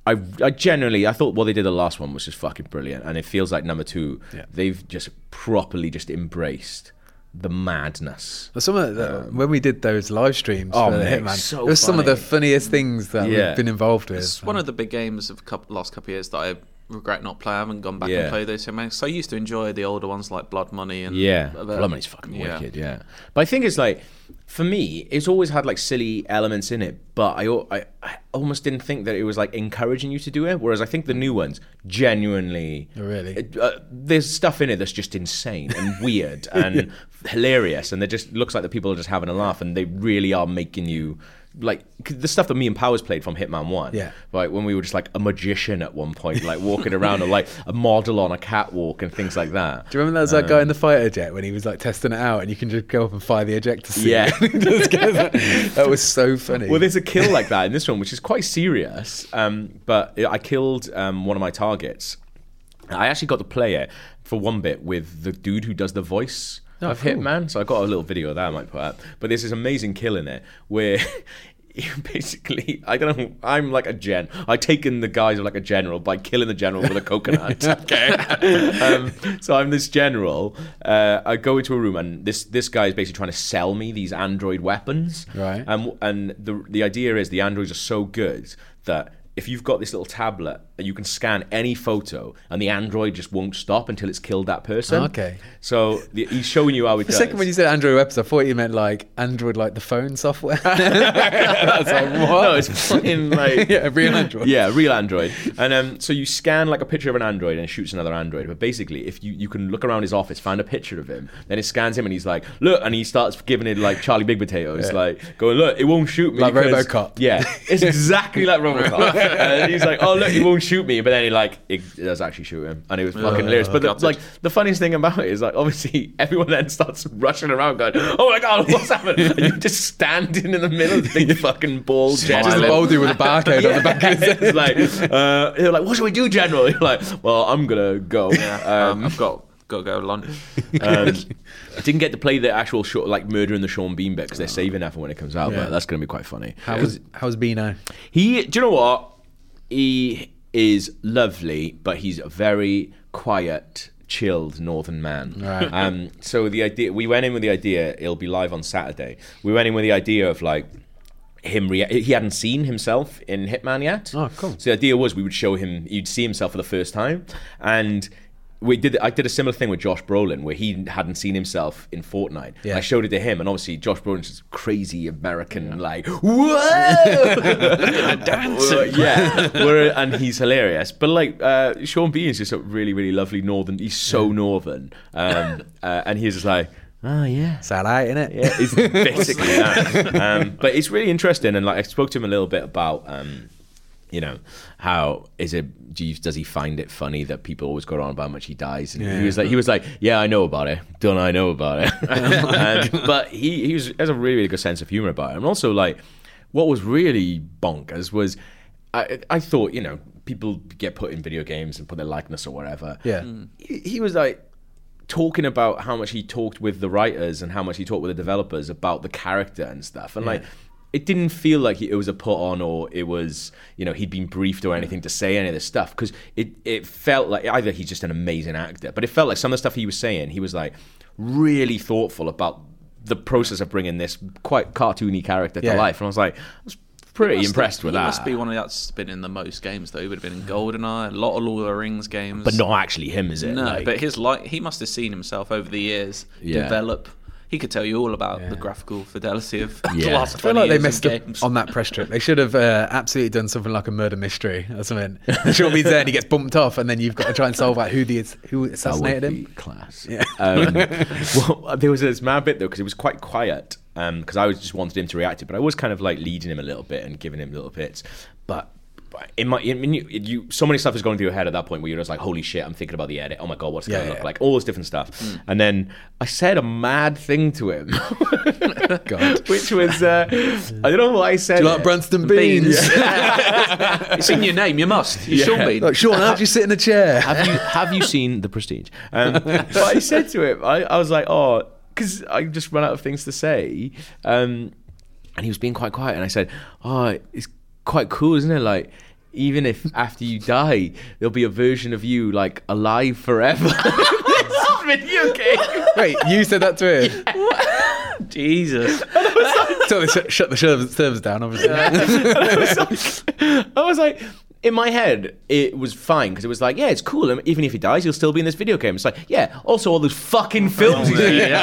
A: I, I generally I thought what they did the last one was just fucking brilliant, and it feels like number two.
B: Yeah.
A: They've just properly just embraced the madness.
B: But Some of the, when we did those live streams
A: Oh,
B: for the
A: mate,
B: Hitman,
A: so
B: it was some of the
A: funny.
B: funniest things that
A: Yeah.
B: we've been involved with.
C: it's one of the big games of couple, last couple of years that I regret not playing. I haven't gone back
A: Yeah.
C: and played those so much. So I used to enjoy the older ones like Blood Money and
A: Yeah,
C: uh,
A: Blood Money's fucking
C: yeah.
A: wicked. Yeah, but I think it's like for me, it's always had like silly elements in it, but I, al- I I almost didn't think that it was like encouraging you to do it. Whereas I think the new ones genuinely,
B: Oh, really?
A: it- uh, there's stuff in it that's just insane and weird and hilarious, and it just looks like the people are just having a laugh, and they really are making you. Like 'cause the stuff that me and Powers played from Hitman One,
B: Yeah.
A: Like when we were just like a magician at one point, like walking around and like a model on a catwalk and things like that.
B: Do you remember that was that guy in the fighter jet when he was like testing it out, and you can just go up and fire the ejector seat?
A: Yeah.
B: Just get that. that was so funny.
A: Well, there's a kill like that in this one, which is quite serious. Um, but I killed um, one of my targets. I actually got to play it for one bit with the dude who does the voice
B: Oh,
A: of Hitman. So I got a little video of that I might put up. But there's this amazing kill in it where. Basically, I don't know. I'm like a gen. I take in the guise of like a general by killing the general with a coconut. okay. um, so I'm this general. Uh, I go into a room and this this guy is basically trying to sell me these android weapons.
B: Right.
A: And and the the idea is the androids are so good that if you've got this little tablet and you can scan any photo and the android just won't stop until it's killed that person
B: Okay.
A: so the, he's showing you how it
B: The
A: does
B: second when you said Android webs, I thought you meant like Android, like the phone software. I was like, what?
A: no it's fucking like
B: yeah, real Android.
A: yeah, real Android. And um, so you scan like a picture of an Android and it shoots another Android. But basically, if you, you can look around his office, find a picture of him, then it scans him and he's like, look, and he starts giving it like Charlie Big Potatoes, like going, look, it won't shoot me.
B: Like
A: because-"
B: RoboCop.
A: Yeah, it's exactly like RoboCop. and he's like, oh look, it won't shoot me. But then he like it, it does actually shoot him, and it was fucking hilarious. But the,
C: gutted.
A: like the funniest thing about it is like obviously everyone then starts rushing around going, oh my god, what's happened? and you just standing in the middle of the big fucking ball jet.
B: Just
A: island.
B: Baldy with a barcode on the back of his head.
A: It's like, uh, they're like, what should we do, General? You're like, well, I'm gonna go.
C: Yeah,
A: Um,
C: um, I've got got to go to lunch.
A: um, I didn't get to play the actual show, like Murder in the Sean Bean bit because they're saving that for when it comes out.
B: Yeah.
A: But that's gonna be quite funny.
B: How's how's Beano?
A: He, do you know what? He is lovely, but he's a very quiet, chilled northern man.
B: Right.
A: Um, so the idea, we went in with the idea, it'll be live on Saturday. We went in with the idea of like, him rea- he hadn't seen himself in Hitman yet.
B: Oh, cool.
A: So the idea was we would show him, you'd see himself for the first time, and we did. I did a similar thing with Josh Brolin, where he hadn't seen himself in Fortnite.
B: Yeah.
A: I showed it to him, and obviously Josh Brolin's this crazy American, like whoa, dancing, yeah, We're- and he's hilarious. But like uh, Sean Bean is just a really, really lovely northern. He's so northern, um, uh, and he's just like. Oh yeah,
B: It's all right, eh, innit?
A: yeah, it's basically that. Um, but it's really interesting, and like I spoke to him a little bit about, um, you know, how is it? Do you, does he find it funny that people always go on about how much he dies? And he was like, he was like, yeah, I know about it. Don't I know about it? Um, but he he was has a really really good sense of humor about it, and also like, what was really bonkers was, I I thought you know people get put in video games and put their likeness or whatever
B: Yeah. Mm.
A: he, he was like talking about how much he talked with the writers and how much he talked with the developers about the character and stuff and like it didn't feel like he, it was a put on or it was you know he'd been briefed or anything to say any of this stuff because it it felt like either he's just an amazing actor but it felt like some of the stuff he was saying he was like really thoughtful about the process of bringing this quite cartoony character
B: Yeah.
A: to life and I was like I was pretty
C: Must-
A: impressed with
C: he
A: that
C: Must be one of the that's been in the most games though. He would have been in GoldenEye, a lot of Lord of the Rings games.
A: but not actually him is it
C: No,
A: Like-
C: but his like he must have seen himself over the years
A: Yeah.
C: develop. He could tell you all about the graphical fidelity of the
A: Yeah.
C: last
A: I
B: I feel
C: 20
B: like they
C: years of
B: messed up
C: games.
B: on that press trip. They should have uh, absolutely done something like a murder mystery or something. Sean Bean's there and he gets bumped off, and then you've got to try and solve out who the who
A: That would
B: assassinated him.
A: be Class. Um, well, there was this mad bit though because it was quite quiet because I was just wanted him to react to, it, but I was kind of like leading him a little bit and giving him little bits, but. but In my, I mean, you, you, so many stuff is going through your head at that point where you're just like, "Holy shit, I'm thinking about the edit. Oh my god, what's it
B: Yeah,
A: going to
B: yeah. Mm.
A: look like?" All this different stuff, and then I said a mad thing to him,
B: God.
A: which was, uh, I don't know what I said.
B: You like Branston Beans?
C: it's in your name. You must. You should be.
B: Like, Sean, how'd you sit in a chair?
A: have you have you seen the Prestige? Um, but I said to him, I, I was like, oh, because I just ran out of things to say, um, and he was being quite quiet, and I said, oh, it's quite cool, isn't it? Like. Even if after you die, there'll be a version of you like alive forever. It's a video game.
B: Wait, you said that to him?
C: Jesus.
B: So they shut, shut the servers, servers down, obviously.
A: I was like, in my head, it was fine because it was like, yeah, it's cool. and Even if he dies, he'll still be in this video game. It's like, yeah. Also, all those fucking films he's in.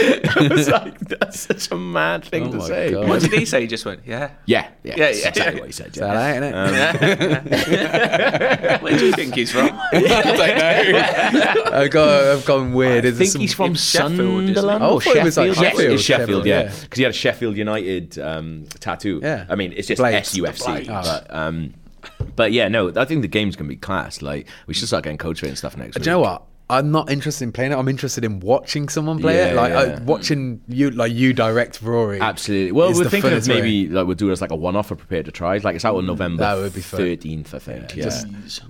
A: I was like, that's such a mad thing to
B: Oh my
A: say.
B: God.
C: What did he say? He just went, yeah.
A: Yeah, yeah,
C: Yeah,
A: that's
C: yeah,
A: exactly
C: yeah.
A: what he said.
B: It's all
A: Yeah.
B: right, eh, innit?
A: Um,
C: Where do you think he's from?
B: I've, got, I've gone weird.
A: I think
B: Is this some-
A: he's from
C: Sheffield, isn't he?
A: Sunderland.
B: Oh, I thought it was like
A: Yes,
B: Sheffield.
A: it's Sheffield,
B: Sheffield,
A: yeah.
B: yeah.
A: Because he had a Sheffield United um, tattoo.
B: Yeah.
A: I mean, it's just
B: Blades.
A: SUFC.
B: Blades. Oh.
A: But, um, but yeah, no, I think the game's going to be class. Like, we should start getting coach rate and stuff next
B: Do
A: week.
B: you know what? I'm not interested in playing it. I'm interested in watching someone play it.
A: Yeah,
B: Like
A: yeah.
B: I, watching you, like you direct Rory.
A: Absolutely. Well,
B: is
A: we're
B: the
A: thinking of
B: funnest way. Mm.
A: maybe like we'll do it as like a one-off for prepared to try. Like it's out on November.
B: That would be fun.
A: 13th, I think. Yeah.
B: Just-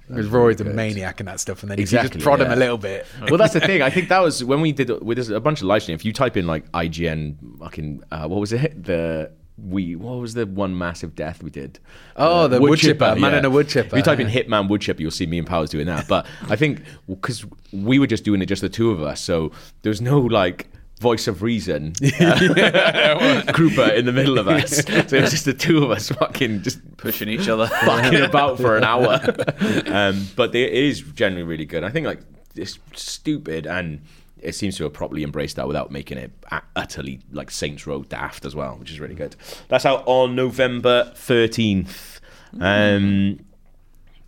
B: Because Rory's a maniac in that stuff, and then if you
A: Exactly,
B: just prod him
A: yeah.
B: a little bit.
A: well, that's the thing. I think that was when we did with this, a bunch of live stream. If you type in like IGN, fucking uh, what was it? The we what was the one massive death we did?
B: Oh,
A: Uh,
B: the wood chipper, man in a wood chipper.
A: If you type in Hitman wood chipper, you'll see me and Powers doing that. But I think because we were just doing it, just the two of us, so there was no like voice of reason uh, grouper in the middle of us. So it was just the two of us fucking just
C: pushing each other.
A: fucking about for an hour. Um, but it is generally really good. I think like it's stupid and it seems to have properly embraced that without making it a- utterly like Saints Row daft as well, which is really good. That's out on November 13th. Um,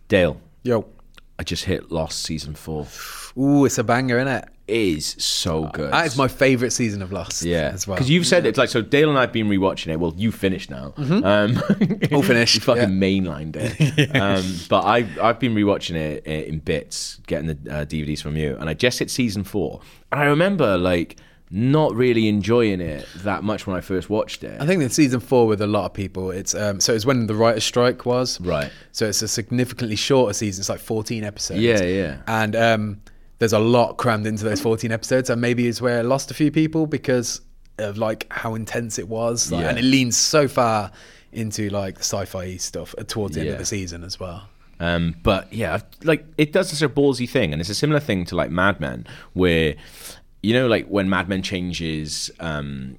A: Dale,
B: Yo.
A: I just hit Lost season four.
B: Ooh, it's a banger, isn't it?
A: It is so good.
B: That is my favourite season of Lost.
A: yeah,
B: As well.
A: Because you've said it's like so. Dale and I've been rewatching it. Well, you finished now. Um,
B: all finished.
A: You fucking
B: Mm-hmm. yeah.
A: mainlined it. um, but I, I've been rewatching it i- in bits, getting the uh, DVDs from you, and I just hit season four. And I remember like not really enjoying it that much when I first watched it.
B: I think in season four with a lot of people, it's um, so it's when the writer's strike was.
A: Right.
B: So it's a significantly shorter season. It's like 14 episodes.
A: Yeah, yeah.
B: And um, there's a lot crammed into those 14 episodes. And maybe it's where I lost a few people because of like how intense it was. like,
A: Yeah.
B: And it leans so far into like the sci fi stuff towards the end
A: Yeah.
B: of the season as well.
A: Um, but yeah, I've- like it does this a ballsy thing, and it's a similar thing to like Mad Men, where you know, like when Mad Men changes, um,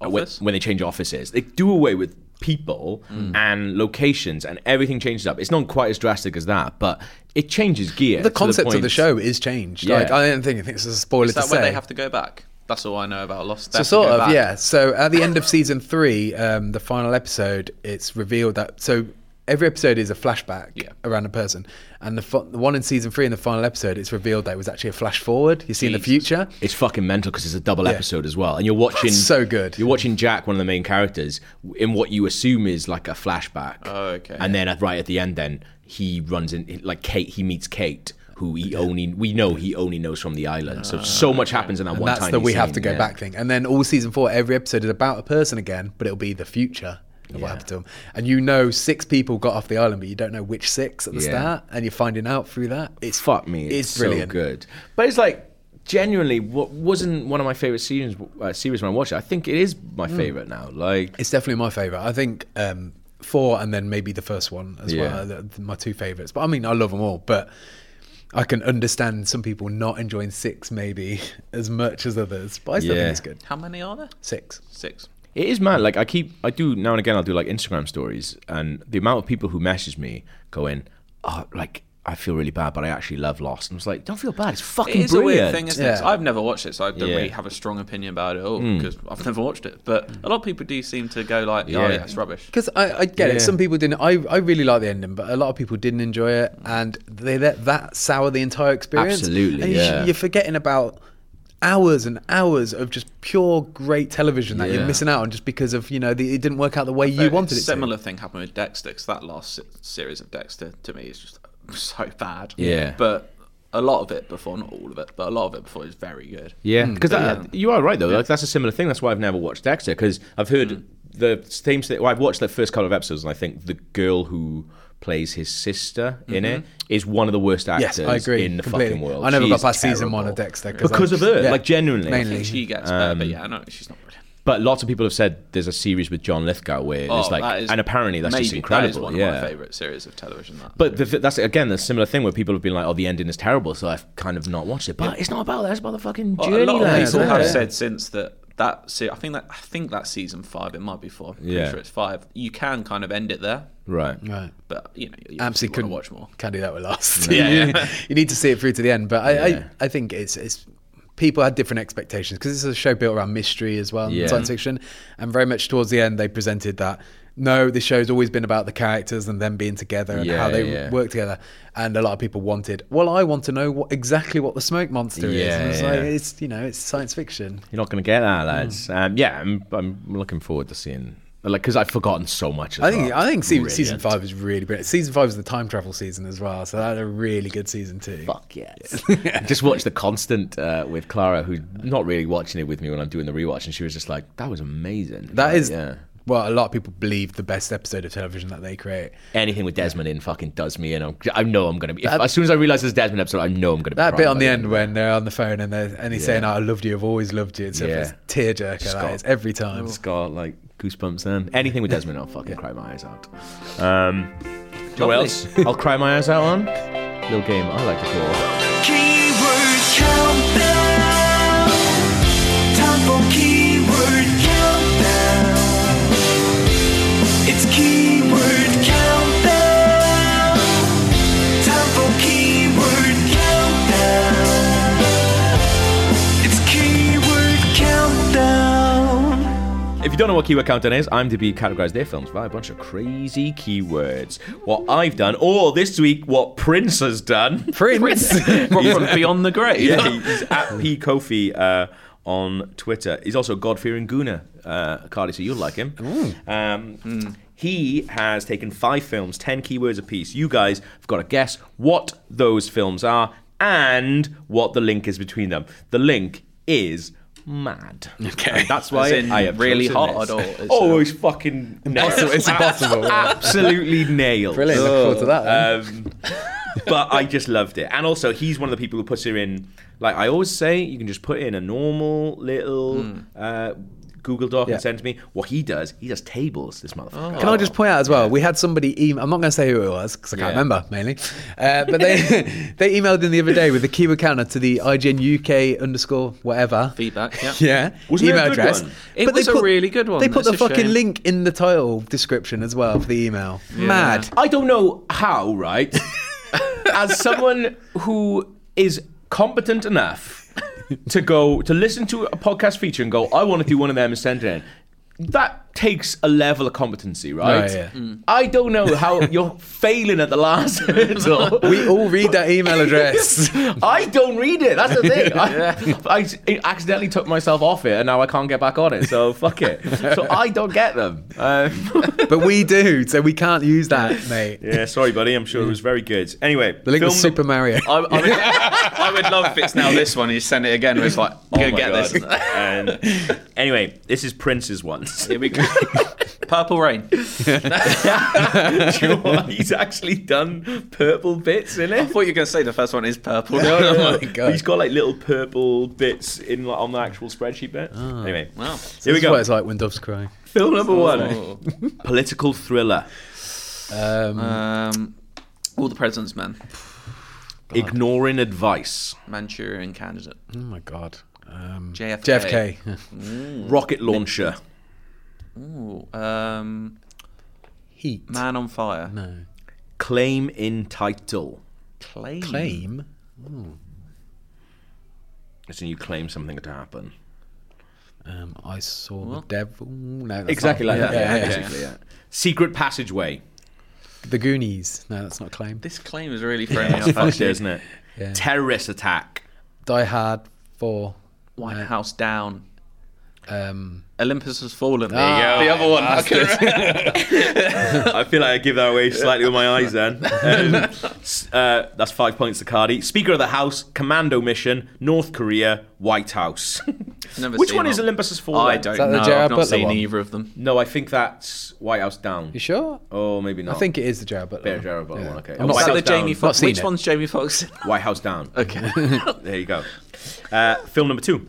A: when,
C: Office?
A: when they change offices, they do away with people and locations, and everything changes up. It's not quite as drastic as that, but it changes gear. to
B: The concept of the
A: point-
B: show is changed.
A: Yeah.
B: Like, I don't think, I think it's a spoiler
C: Is that
B: to
C: where
B: say.
C: they have to go back? That's all I know about Lost. They
B: So
C: have to
B: sort
C: go
B: of,
C: back.
B: yeah. So at the end of season three, um, the final episode, it's revealed that so every episode is a flashback
C: Yeah.
B: around a person, and the, fi- the one in season three in the final episode, it's revealed that it was actually a flash forward. You see in the
C: Jesus.
B: future.
A: It's fucking mental because it's a double episode as well, and you're watching
B: so good.
A: You're watching Jack, one of the main characters, in what you assume is like a flashback.
C: Oh, okay.
A: And then at, right at the end, then he runs in like Kate. He meets Kate, who he only we know he only knows from the island. So
C: Ah,
A: so much happens in that one.
B: That's
A: tiny
B: the we have
A: scene,
B: to go
A: yeah.
B: back thing, and then all season four, every episode is about a person again, but it'll be the future. Of
A: Yeah.
B: what happened to them, and you know six people got off the island, but you don't know which six at the
A: Yeah.
B: start, and you're finding out through that. It's
A: Fuck me, it's,
B: brilliant.
A: so good. But it's like genuinely what wasn't one of my favorite series uh, series when I watched it. I think it is my
B: Mm.
A: favorite now. Like
B: It's definitely my favorite. I think um, four and then maybe the first one as
A: Yeah.
B: well. are the- my two favorites. But I mean, I love them all. But I can understand some people not enjoying six maybe as much as others. But I still
A: Yeah.
B: think it's good.
C: How many are there?
B: Six.
C: Six.
A: It is mad. Like I keep, I do now and again. I'll do like Instagram stories, and the amount of people who message me going, "Oh, like I feel really bad, but I actually love Lost." And I was like, "Don't feel bad. It's fucking
C: It is
A: brilliant."
C: a weird thing, isn't it? 'Cause
B: Yeah.
C: I've never watched it, so I don't
A: Yeah. Hmm.
C: really have a strong opinion about it at all because I've never watched it. But a lot of people do seem to go like, "Yeah,
A: Yeah.
C: yeah it's rubbish."
B: Because I, I get
A: Yeah.
B: it. Some people didn't. I, I really like the ending, but a lot of people didn't enjoy it, and they let that sour the entire experience.
A: Absolutely,
B: And you,
A: yeah.
B: You're forgetting about hours and hours of just pure great television that
A: Yeah.
B: you're missing out on just because of you know the, it didn't work out the way you
C: But
B: wanted
C: a
B: it. to.
C: Similar thing happened with Dexter. 'cause that last se- series of Dexter to me is just so bad.
A: Yeah.
C: But a lot of it before, not all of it, but a lot of it before is very good.
A: Yeah,
B: Hmm,
A: because you are right though. Like that's a similar thing. That's why I've never watched Dexter because I've heard
B: Hmm.
A: the same. thing. Well, I've watched the first couple of episodes, and I think the girl who plays his sister in it is one of the worst actors
B: Mm-hmm. Yes, I agree.
A: in the
B: completely.
A: fucking world.
B: I never
A: She
B: got
A: is
B: past season one of
A: terrible.
B: Dexter
A: because
B: I
A: of her.
B: yeah.
A: Like genuinely,
C: I
B: Mainly.
C: think she gets better,
A: Um,
C: but yeah, I know she's not brilliant.
A: But lots of people have said there's a series with John Lithgow where
C: Oh,
A: it's
C: that
A: like,
C: is-
A: and apparently that's just
C: maybe
A: incredible.
C: That is one
A: yeah.
C: of my favorite series of television. That.
A: But the, that's again the similar thing where people have been like, "Oh, the ending is terrible," so I've kind of not watched it. But it's not about that; it's about the fucking
C: Well,
A: journey.
C: a lot
A: that
C: of
A: it's
C: people
A: on.
C: have
A: Yeah.
C: said since that that se- I think that I think that's season five. It might be four. I'm pretty
A: Yeah.
C: sure it's five. You can kind of end it there,
A: right?
B: Right.
C: but you know, you
B: Absolutely
C: could
B: couldn't
C: watch more.
B: Can't do that with Lost. Yeah, you need to see it through to the end. But I,
A: Yeah.
B: I, I think it's it's people had different expectations because this is a show built around mystery as well, and
A: Yeah.
B: science fiction, and very much towards the end they presented that. No, this show's always been about the characters and them being together and
A: Yeah,
B: how they
A: yeah.
B: work together. And a lot of people wanted, well, I want to know what, exactly what the smoke monster is.
A: Yeah,
B: And it's
A: yeah.
B: like, it's, you know, it's science fiction.
A: You're not going to get
B: Hmm.
A: that, lads. Um, yeah, I'm, I'm looking forward to seeing like because I've forgotten so much. As
B: I think
A: well.
B: I think season,
A: Brilliant.
B: season five is really brilliant. Season five is the time travel season as well, so that's a really good season too.
A: Fuck yes. just watched The Constant uh, with Clara, who's not really watching it with me when I'm doing the rewatch, and she was just like, "That was amazing."
B: That
A: Like,
B: is
A: yeah.
B: well, a lot of people believe the best episode of television that they create.
A: Anything with Desmond in fucking does me in. I'm, I know I'm gonna be. If, as soon as I realize there's a Desmond episode, I know I'm gonna be.
B: That
A: crying
B: bit
A: by
B: on the end when they're on the phone and they're and he's saying, "Oh, "I loved you, I've always loved you." It's a
A: Yeah. Oh.
B: it's tearjerker.
A: Scott.
B: That is every time.
A: It's got like goosebumps then. Anything with Desmond, I'll fucking cry my eyes out. Um, do you know what else? I'll cry my eyes out on little game I like to call.
D: Keyword countdown. Time
A: If you don't know what keyword countdown is, IMDb categorized their films by a bunch of crazy keywords. What I've done, or this week, what Prince has done.
B: Prince.
C: From, from beyond the grave.
A: Yeah, he's at P Kofi uh, on Twitter. He's also God fearing Guna, uh, Carly, so you'll like him. Um, He has taken five films, 10 keywords apiece. You guys have got to guess what those films are and what the link is between them. The link is mad.
B: Okay.
A: And that's why
C: As in
A: I have
C: really
A: chosen
C: hard
A: this.
C: or is
A: Oh,
C: it-
A: it's fucking
B: Impossible-
A: nailed.
B: it's impossible.
A: Absolutely nailed.
B: Brilliant. Look forward to that. then.
A: Um, but I just loved it. And also, he's one of the people who puts her in. Like I always say, you can just put in a normal little uh, Google Doc
B: Yeah. Oh.
A: and send to me. What he does, he does tables. This motherfucker.
B: Can I just point out as well? We had somebody email. I'm not going to say who it was because I can't
A: Yeah.
B: remember mainly. Uh, but they they emailed in the other day with the keyword counter to the IGN UK underscore whatever
C: Feedback, yeah.
B: Yeah,
A: Wasn't it a
B: email
A: good
B: address.
A: one?
C: It was a really good one.
B: They put
C: It's
B: the
C: a
B: fucking
C: shame.
B: link in the title description as well for the email. Mad.
A: I don't know how, right? As someone who is competent enough to go to listen to a podcast feature and go, I want to do one of them and send it in. That takes a level of competency, right?
B: Oh, yeah.
A: I don't know how you're failing at the last hurdle.
B: We all read that email address.
A: I don't read it. That's the thing. I, I accidentally took myself off it, and now I can't get back on it. So fuck it. So I don't get them. Um,
B: but we do, so we can't use that, mate.
A: yeah, sorry, buddy. I'm sure it was very good. Anyway,
B: The link was Super Mario.
C: I, I, mean, I would love if it's now this one. You send it again. It's like,
A: Oh my
C: go get
A: God.
C: this.
A: And anyway, this is Prince's once.
C: Here we go. Purple Rain.
A: Do you know what? He's actually done purple bits in
C: I
A: it.
C: thought you were going to say the first one is purple.
B: Oh my God.
A: He's got like little purple bits in like, on the actual spreadsheet bit. Anyway, here we
C: Wow.
B: That's what
A: go.
B: it's like when doves cry.
A: Film number one:
C: Oh.
A: political thriller.
B: Um,
A: Uh,
C: Um, all the president's men.
A: Ignoring advice.
C: Manchurian candidate.
B: oh my god. Um,
C: JFK.
B: JFK.
A: Rocket launcher.
C: Ooh, um,
B: Heat.
C: man on fire.
B: No.
A: Claim in title.
C: Claim.
B: Claim.
A: It's when you claim something to happen.
B: Um, I saw the devil. No, that's
A: Exactly
B: not-
A: like that.
B: Yeah,
A: Yeah,
B: yeah, yeah.
A: basically, yeah. Secret passageway.
B: The Goonies. No, that's not claim.
C: This claim is really friendly.
A: It's
C: up,
A: fucked,
C: actually.
A: isn't it?
B: Yeah.
A: Terrorist attack.
B: Die Hard Four.
C: White House down.
B: Um,
C: Olympus has fallen.
B: Ah,
C: the other one. I couldn't remember.
A: Oh, I feel like I give that away slightly with my eyes then. Um, s- uh, that's five points to Cardi. Speaker of the House, Commando Mission, North Korea, White House.
C: Never
A: Which
C: seen
A: one is
C: one.
A: Olympus Has Fallen?
C: I don't
B: that the
C: know.
B: Gerard
C: I've not
B: Butler
C: seen
B: one?
C: either of them.
A: No, I think that's White House Down.
B: you sure?
A: Oh, maybe not.
B: I think it is the Jared Butler.
A: Bear
B: one.
A: Jared Butler one, okay.
B: I'm not
A: White
C: Is that
B: saying-
C: the
A: House Down.
C: Jamie
B: Not
C: Fox?
B: seen
C: Which
B: it.
C: one's Jamie Fox?
A: White House Down.
C: okay.
A: There you go. Uh, film number two.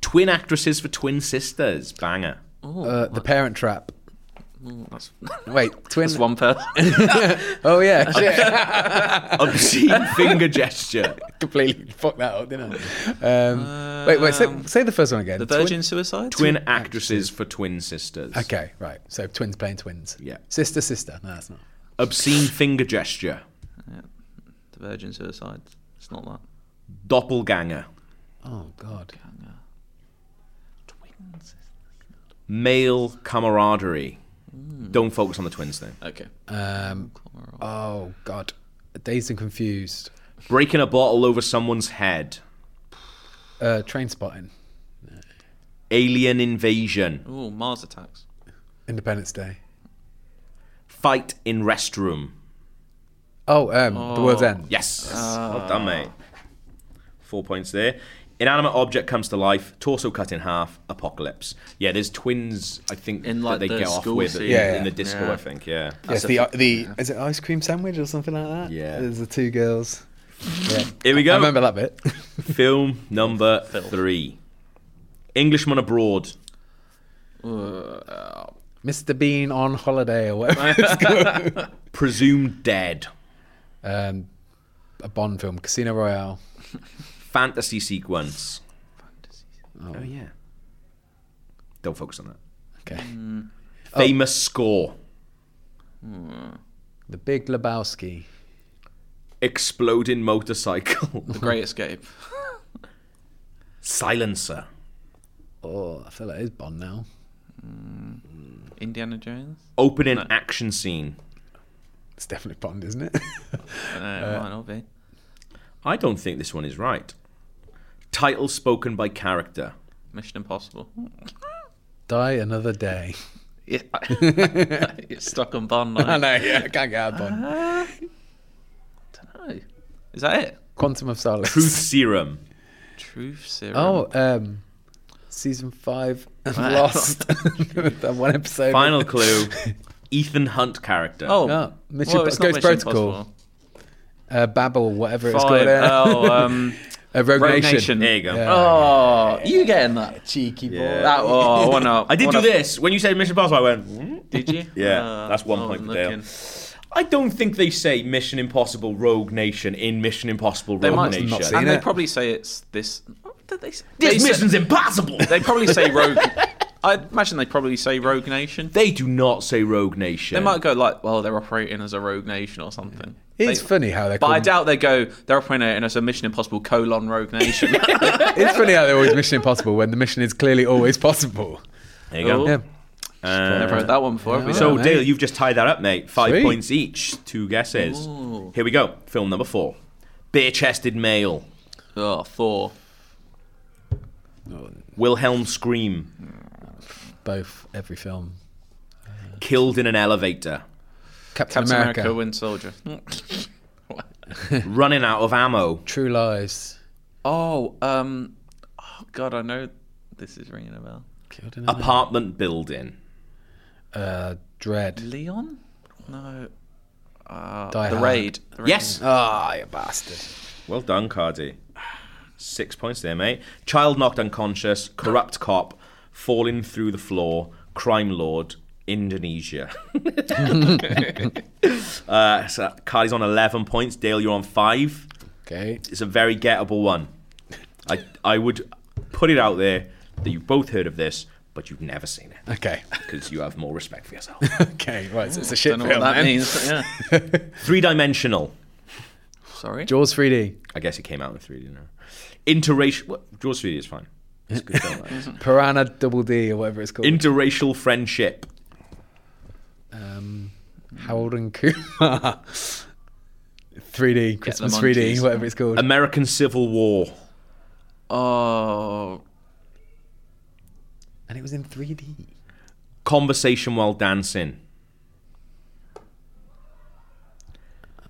A: Twin actresses for twin sisters. Banger.
B: uh, the Parent Trap.
C: That's,
B: Wait, twin.
C: that's one person.
B: Oh yeah, shit.
A: Obscene finger gesture.
B: completely fucked that up, didn't I? Um, wait, wait. Say, say the first one again.
C: The
B: Twin-
C: Virgin Suicide?
A: Twin actresses for twin sisters.
B: Okay, right. So twins playing twins.
A: Yeah.
B: Sister, sister. No, that's not.
A: Obscene finger gesture.
C: The Virgin Suicide. It's not that.
A: Doppelganger.
B: Oh God.
C: Twins.
A: Male camaraderie. Don't focus on the twins thing.
C: Okay.
B: Um, oh God. Dazed and confused.
A: Breaking a bottle over someone's head.
B: Uh, train spotting.
A: Alien invasion.
C: Ooh, Mars attacks.
B: Independence Day.
A: Fight in restroom.
B: Oh, um, the world's end.
A: Yes.
C: Ah.
A: well done, mate. Four points there. Inanimate object comes to life, torso cut in half, apocalypse. Yeah, there's twins, I think,
C: In,
A: that
C: like,
A: they
C: the
A: get off
C: school
A: with
C: scene.
B: Yeah,
A: in the
B: yeah.
A: disco,
C: Yeah.
A: I think, yeah.
B: Yes, the the is it ice cream sandwich or something like that?
A: Yeah.
B: There's the two girls. Yeah.
A: Here we
B: I
A: go.
B: remember that bit.
A: Film number three Englishman Abroad.
B: Mr. Bean on holiday or whatever. it's called.
A: Presumed dead.
B: um, a Bond film, Casino Royale.
A: Fantasy sequence. Oh, yeah. Don't focus on that.
B: Okay. Oh.
A: Famous score.
B: The Big Lebowski.
A: Exploding motorcycle.
C: The Great Escape.
A: Silencer.
B: Oh, I feel like it is Bond now.
C: Indiana Jones?
A: Opening action scene.
B: It's definitely Bond, isn't it? Uh,
C: I don't know, Uh, it might not be.
A: I don't think this one is right. Title spoken by character.
C: Mission Impossible.
B: Die another day.
C: Yeah. You're stuck on Bond.
B: I
C: Like,
B: know. Yeah, I can't get out of Bond.
C: no. Is that it?
B: Quantum of Solace.
A: Truth serum.
C: Truth serum.
B: Oh, um, season five and
C: Wow.
B: Lost. that one episode.
A: Final clue. Ethan Hunt character.
C: oh,
B: Oh, Mission
C: well, it's not
B: Ghost
C: Mission
B: Protocol.
C: Impossible.
B: Uh, Babel, whatever it's called.
C: Five.
B: eh?
C: Oh, um,
B: uh, Rogue,
C: Rogue
B: Nation.
C: Nation.
A: There you go.
B: Yeah.
C: Oh, you getting that?
B: Cheeky boy.
A: Yeah.
C: That oh, one up.
A: I did
C: one
A: do
C: up.
A: this. When you said Mission Impossible, I went, "Hmm?"
C: Did you?
A: Yeah,
C: Uh,
A: that's one
C: I
A: point for
C: wasn't
A: Dale.
C: looking.
A: I don't think they say Mission Impossible Rogue Nation in Mission Impossible
C: They
A: Rogue
C: might
A: Nation.
B: not seen
C: and they
B: it.
C: probably say it's this. What did they say?
A: this
C: They say-
A: mission's impossible.
C: They probably say Rogue. I imagine they probably say Rogue Nation.
A: they do not say Rogue Nation.
C: They might go like, well, they're operating as a Rogue Nation or something.
B: It's
C: They-
B: funny how they.
C: But
B: call
C: I
B: them-
C: doubt they go. They're operating as a Mission Impossible colon Rogue Nation.
B: It's funny how they're always Mission Impossible when the mission is clearly always possible.
A: There you go.
C: Oh.
B: Yeah.
A: Uh,
C: Never heard that one before. have we?
A: so,
B: Yeah,
A: Dale,
B: mate.
A: you've just tied that up, mate. Five
B: Sweet.
A: points each, two guesses. Here we go. Film number four Bare chested male.
C: oh, Thor.
A: Wilhelm Scream.
B: Both every film.
A: Killed in an elevator.
B: Captain,
C: Captain America,
B: America.
C: Wind Soldier.
A: Running out of ammo.
B: True Lies.
C: oh, um, oh God, I know this is ringing a bell.
B: Killed in a-
A: Apartment building.
B: Uh, Dread.
C: Leon? No. Uh,
B: Die
C: the
B: Hard.
C: raid. The Raid.
A: Yes.
B: Ah, you bastard.
A: Well done, Cardi. Six points there, mate. Child knocked unconscious, corrupt cop, falling through the floor, crime lord, Indonesia. uh, so Cardi's on 11 points. Dale, you're on five.
B: Okay.
A: It's a very gettable one. I, I would put it out there that you've both heard of this, but you've never seen it
B: Okay.
A: because you have more respect for yourself.
B: Okay. Right. So it's a
C: Don't
B: shit
C: know
B: film.
C: what that
B: man.
C: means. Yeah.
A: Three dimensional.
C: Sorry.
B: Jaws 3D.
A: I guess it came out in 3D now. Interracial. Well, Jaws 3D is fine. It's a good film, that is.
B: Piranha Double D or whatever it's called.
A: Interracial friendship.
B: um, Harold and Kumar. 3D, Christmas 3D,
C: monkeys.
B: whatever it's called.
A: American Civil War.
C: Oh,
B: and it was in 3D.
A: Conversation while dancing.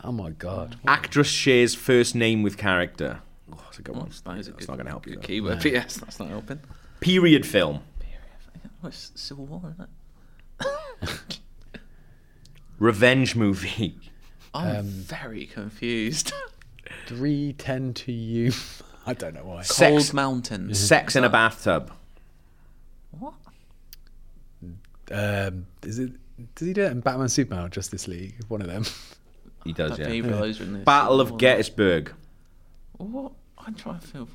B: Oh my god.
A: Actress shares first name with character. Oh, that's a good one.
C: that is a
A: That's
C: good,
A: not going to help you.
C: good
A: though.
C: keyword. But yes, that's not helping.
A: Period film.
C: Oh, it's Civil War, isn't it?
A: Revenge movie.
C: I'm
A: Um,
C: very confused.
B: 310 to you. I don't know why.
A: Sex-
C: Cold Mountain.
A: Sex in a bathtub.
C: What?
B: Um, is it? Does he do it in Batman Superman or Justice League? One of them.
A: He does,
C: Don't
A: yeah.
C: either of those were in this.
A: Battle of
C: What?
A: Gettysburg.
C: What? I'm trying to feel.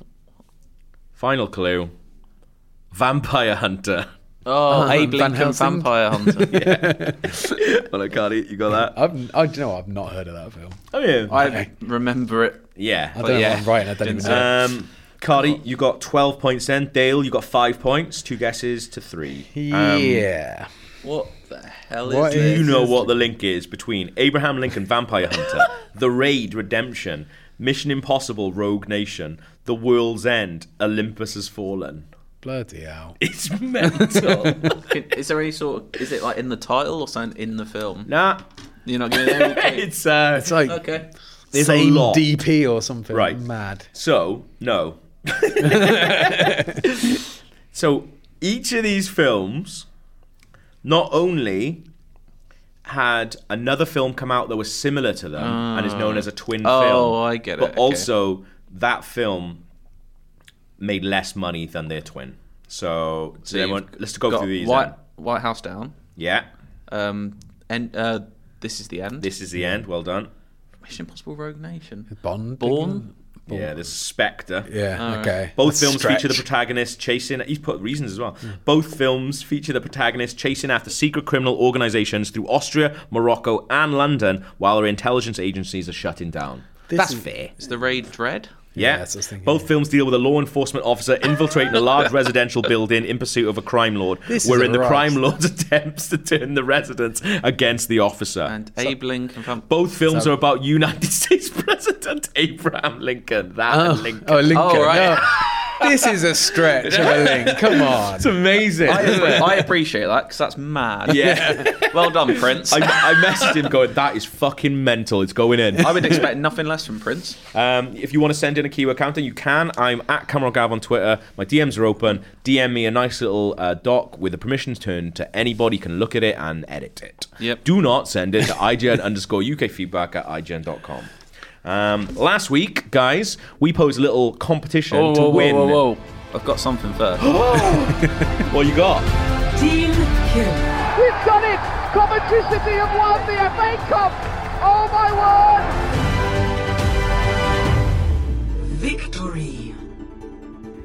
A: Final clue. Vampire Hunter.
C: Oh, Abe
B: Van
C: Lincoln
B: Helsing?
C: Vampire Hunter.
A: well, I can't eat. You got that?
B: I've, I do you know what? I've not heard of that film.
A: Oh yeah.
C: I remember it.
A: yeah.
B: I
A: but
B: don't know
C: yeah,
B: what I'm writing. I don't even know.
A: Um, Cardi, you got 12 points then. Dale, you got 5 points. Two guesses to 3.
B: yeah.
C: What the hell is
B: What
C: this?
A: Do you
B: is-
A: know what the link is between Abraham Lincoln Vampire Hunter, The Raid Redemption, Mission Impossible Rogue Nation, The World's End, Olympus Has Fallen?
B: Bloody hell.
A: It's mental.
C: Is there any sort? Of, is it like in the title or something in the film?
A: nah,
C: You're not getting anything.
A: it's uh,
B: It's like
C: okay.
A: there's
B: same
A: a lot.
B: DP or something.
A: Right.
B: Mad.
A: So no. so each of these films not only had another film come out that was similar to them and is known as a twin
C: Oh,
A: film.
C: I get it,
A: But
C: okay.
A: also that film made less money than their twin. So, does
C: you've
A: everyone- let's go
C: Got
A: through these.
C: White
A: then.
C: White House down.
A: Yeah,
C: Um, and uh, this is the end.
A: this is the end. Well done.
C: Mission Impossible Rogue Nation.
B: Bond.
C: Born.
A: Yeah, there's Spectre.
B: Yeah. okay.
A: Both
B: That's a
A: films feature the
B: stretch. Hmm.
A: protagonist chasing. He's put reasons as well. Both films feature the protagonist chasing after secret criminal organizations through Austria, Morocco, and London while their intelligence agencies are shutting down.
B: This
A: That's
B: is-
A: fair.
C: It's the Raid Dread.
A: Yeah,
B: that's what I was thinking,
A: both
B: yeah.
A: films deal with a law enforcement officer infiltrating a large residential building in pursuit of a crime lord,
B: This is
A: wherein the
B: right.
A: crime lord's attempts to turn the residents against the officer.
C: And Abe Lincoln. From,
A: both films are about United States President Abraham Lincoln. That and Lincoln.
B: Oh, Lincoln.
C: Oh, right.
B: No. this is a stretch of a link. Come on.
A: it's amazing.
C: I,
A: isn't it?
C: I appreciate that because that's mad.
A: yeah.
C: Well done, Prince.
A: I,
C: I,
A: I messaged him going, that is fucking mental. It's going in.
C: would expect nothing less from Prince.
A: Um, if you want to send in a keyword counter, you can. I'm at Cameron Gav on Twitter. My DMs are open. DM me a nice little uh, doc with the permissions turned to anybody can look at it and edit it.
C: Yep.
A: Do not send it to IGN underscore UK feedback at IGN.com. Um, last week, guys, we posed a little competition to win.
C: I've got something first.
A: What you got?
D: Team Hero.
E: We've done it! Coventry City have won the FA Cup! Oh my word!
D: Victory.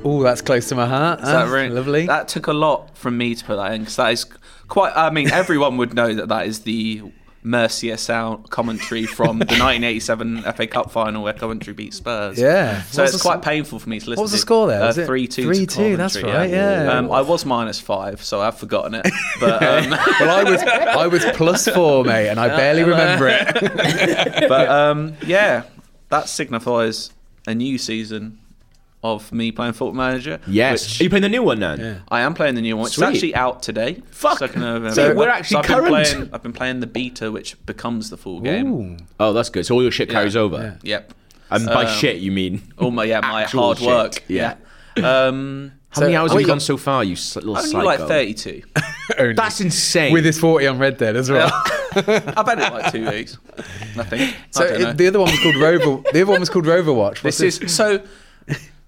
B: Oh, that's close to my heart.
C: Is that
B: Huh?
C: right?
B: Ah, Lovely.
C: That took a lot from me to put that in because that is quite. I mean, everyone would know that that is the Mercia sound commentary from the 1987 FA Cup final where Coventry beat Spurs.
B: Yeah.
C: So
B: What's
C: it's
B: the
C: quite
B: sc-
C: painful for me to listen.
B: was the
C: to.
B: score there? Was it
C: Three-two.
B: 3-2,
C: To
B: that's
C: Coventry,
B: right, yeah.
C: Um, I was minus five, so I've forgotten it. But um,
B: well, I was I was plus four, mate, and I
C: Uh,
B: barely remember it.
C: but um, yeah, that signifies a new season of me playing Football Manager.
A: Yes. Are you
C: which
A: playing the new one then?
C: I am playing the new one.
A: Sweet.
C: It's actually out today.
A: Fuck.
C: Second of November.
A: So we're
C: I've
A: actually
C: been
A: current.
C: playing- I've been playing the beta, which becomes the full game.
B: Ooh.
A: Oh, that's good. So all your shit carries over.
C: Yep.
A: And by
C: Um,
A: shit, you mean.
C: All my yeah, my
A: Actual
C: hard
A: shit.
C: work.
A: Yeah.
C: Um,
A: How many
B: So-
A: hours have you
B: wait,
A: done so far, you s- little
C: only
A: psycho?
C: like thirty-two.
B: Only.
A: That's insane.
B: with his forty on red dead as well.
C: I've had it like two weeks. I think.
B: So
C: I don't know.
B: it, the other one was called Rover. The other one was called Rover Watch. What's
C: This is so.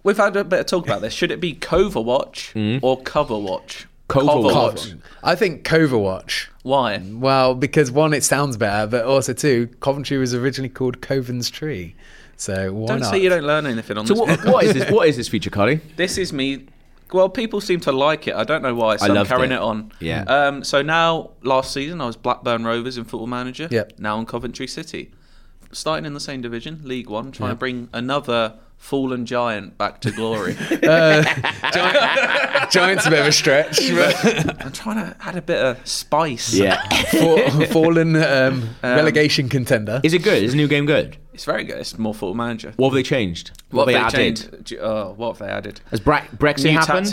C: We've had a bit of talk about this. Should it be Coverwatch
A: Mm.
C: or Coverwatch?
A: Coverwatch.
B: Watch. I think Cover Watch.
C: Why?
B: Well, because one, it sounds better, but also two, Coventry was originally called Coven's Tree. So why
C: Don't
B: not?
C: say you don't learn anything on
A: So
C: this.
A: what,
C: podcast.
A: what is this? What is this feature, Cardi?
C: This is me. Well, people seem to like it. I don't know why. So
A: I
C: I am
A: loved
C: carrying
A: it.
C: it, on.
A: Yeah.
C: Um. So now, last season, I was Blackburn Rovers in Football Manager.
B: Yep.
C: Now in Coventry City, starting in the same division, League One, trying to bring another fallen giant back to glory.
B: Giant's a bit of a stretch. but
C: I'm trying to add a bit of spice.
B: fa- fallen um, relegation contender.
A: is it good? Is the new game good?
C: It's very good. It's more Football Manager.
A: What have they changed? What, have they, added?
C: changed- do- Oh, what have they added?
A: Has Bre- Brexit happened?